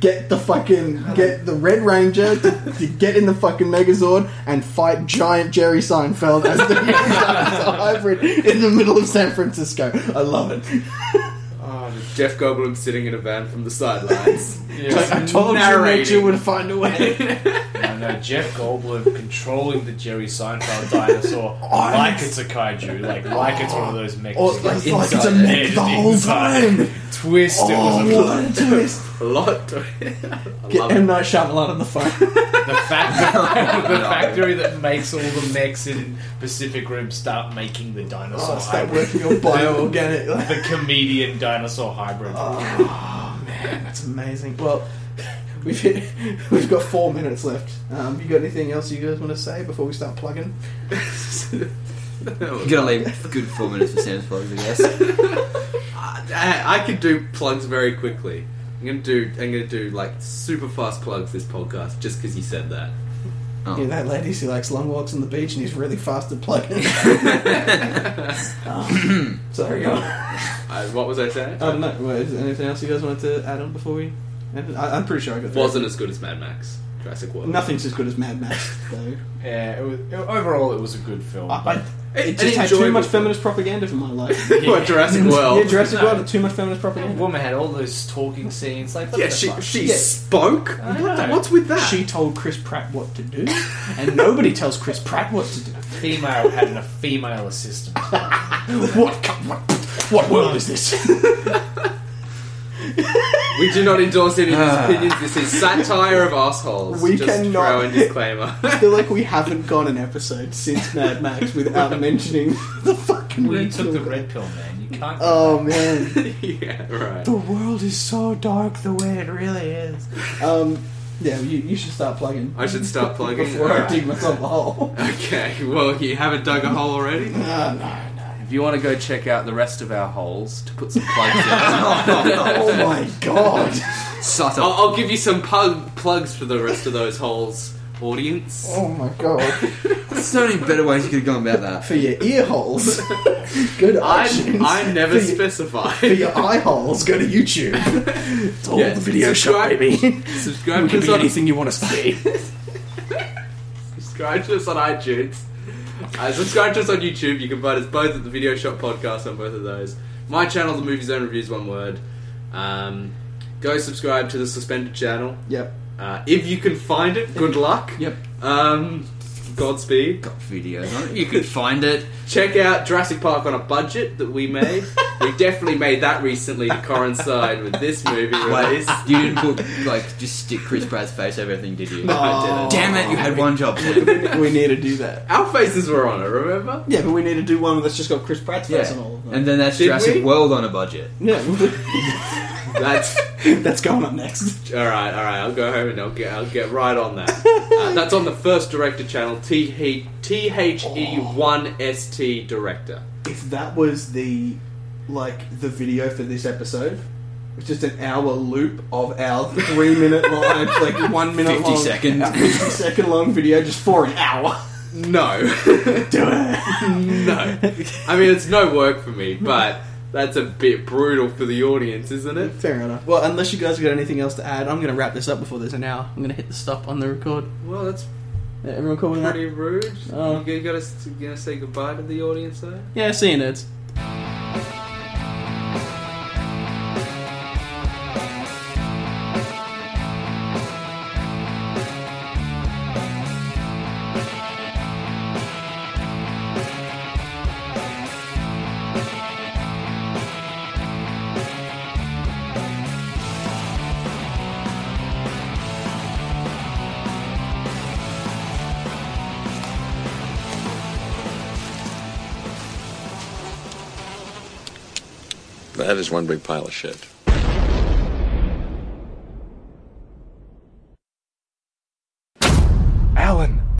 E: get the fucking get the Red Ranger to, to get in the fucking Megazord and fight giant Jerry Seinfeld as the Megazord hybrid in the middle of San Francisco. I love it.
C: Oh, Jeff Goldblum sitting in a van from the sidelines.
D: Yeah.
E: I told you
C: narrating.
E: nature would find a way.
D: I know Jeff Goldblum controlling the Jerry Seinfeld dinosaur
E: I'm-
D: like it's a kaiju, like like it's one of those mechs.
E: Or Oh, like,
F: Inside
E: like it's a
F: out.
D: Yeah,
E: mech
D: just
E: the whole
D: inside.
E: time.
D: twist. It was a,
E: Oh, what a twist.
C: a lot. To it. I
E: Get
C: love
E: M.
C: it.
E: Night Shyamalan on the phone.
D: the, fact, the
F: No.
D: factory that makes all the mechs in Pacific Rim start making the dinosaur
E: Oh, start
D: hybrid.
E: working on bioorganic.
D: The comedian dinosaur hybrid.
E: oh, man, that's amazing. Well, we've hit, we've got four minutes left. Um, you got anything else you guys want to say before we start plugging?
F: You gotta leave good four minutes for Sam's plugs, I guess.
C: I, I could do plugs very quickly. I'm gonna do. I'm gonna do like super fast plugs this podcast just because you said that.
F: Oh.
E: You know, that lady, she likes long walks on the beach and he's really fast at plugging. Um, sorry, go on.
C: I, what was I saying?
E: I don't know. Wait, is there anything else you guys wanted to add on before we? end it? I, I'm pretty sure I got. through.
C: Wasn't as good as Mad Max Jurassic World.
E: Nothing's as good as Mad Max, though.
D: Yeah, it was, it- overall it was a good film.
E: I, I,
C: An
E: it just had too
C: enjoyable
E: much feminist propaganda for my life.
C: film. What, Jurassic World.
E: yeah, Jurassic
D: No.
E: World had too much feminist
D: The
E: propaganda.
D: woman had all those talking scenes. Like, what
C: Yeah,
D: the
C: she
D: fuck?
C: she
E: Yeah. Uh-huh.
C: spoke.
D: I
C: What the-
D: know.
C: what's with that?
E: She told Chris Pratt what to do, and nobody tells Chris Pratt what to do.
D: female had a female assistant.
E: What co- what, what world is this?
C: we do not endorse any of these opinions. This is satire of assholes.
E: Uh. We
C: just
E: cannot-
C: throw in disclaimer.
E: I feel like we haven't gone an episode since Mad Max without mentioning the fucking.
D: We
E: red
D: took the
E: pill.
D: red pill, man. You can't.
E: Oh man.
C: yeah, right.
E: The world is so dark the way it really is. Um, yeah, you, you should start plugging.
C: I should start plugging.
E: Before I
C: Alright.
E: dig myself a hole.
C: Okay, well, you haven't dug a hole already?
E: Ah, no, no.
C: If you want to go check out the rest of our holes to put some plugs in, I'll,
E: Oh my god.
F: Sutter.
C: I'll give you some pug, plugs for the rest of those holes, audience.
E: Oh my god.
F: There's so many better ways you could have gone about that.
E: For your ear holes, go to
C: I,
E: iTunes.
C: I never
E: for your, for
C: specified.
E: your eye holes, go to YouTube. It's all
C: Yeah,
E: the video shop,
C: subscribe.
E: baby.
C: subscribe, to
E: Could
C: us
E: be
C: on,
E: anything you want to see.
C: subscribe to us on iTunes. Uh, subscribe to us on YouTube. You can find us both at the Video Shop Podcast on both of those. My channel, The Movie Zone Reviews, one word. Um, go subscribe to the Suspended channel.
E: Yep.
C: Uh, if you can find it, good luck.
E: Yep.
C: Um, Godspeed.
F: Got videos on it. You could find it.
C: Check out Jurassic Park on a budget that we made. we definitely made that recently to coincide with this movie release.
F: You didn't put like just stick Chris Pratt's face over everything, did you?
E: No.
F: Damn it! You had one job.
E: we need to do that.
C: Our faces were on it, remember?
E: Yeah, but we need to do one that's just got Chris Pratt's face
F: Yeah.
E: on all of them.
F: And then that's
C: Did
F: Jurassic
C: we?
F: World on a budget.
E: yeah,
C: That's
E: that's going up next.
C: all right. All right, I'll go home and I'll get I'll get right on that. Uh, that's on the first director channel, T H T H E one S T director.
E: if that was the like the video for this episode it's just an hour loop of our three minute long like one minute
F: 50
C: oh.
E: long
F: second.
E: our 50 second long video just for an hour
C: No,
E: do it
C: no. I mean, it's no work for me, but That's a bit brutal for the audience, isn't it?
A: Fair enough. Well, unless you guys got anything else to add, I'm going to wrap this up before there's an hour. I'm going to hit the stop on the record.
C: Well, that's
A: Yeah, everyone cool with that?
C: pretty rude.
A: Oh.
C: You gotta, you gotta say goodbye to the audience, eh? though.
A: Yeah, see you, nerds.
G: The head is one big pile of shit.
B: Alan,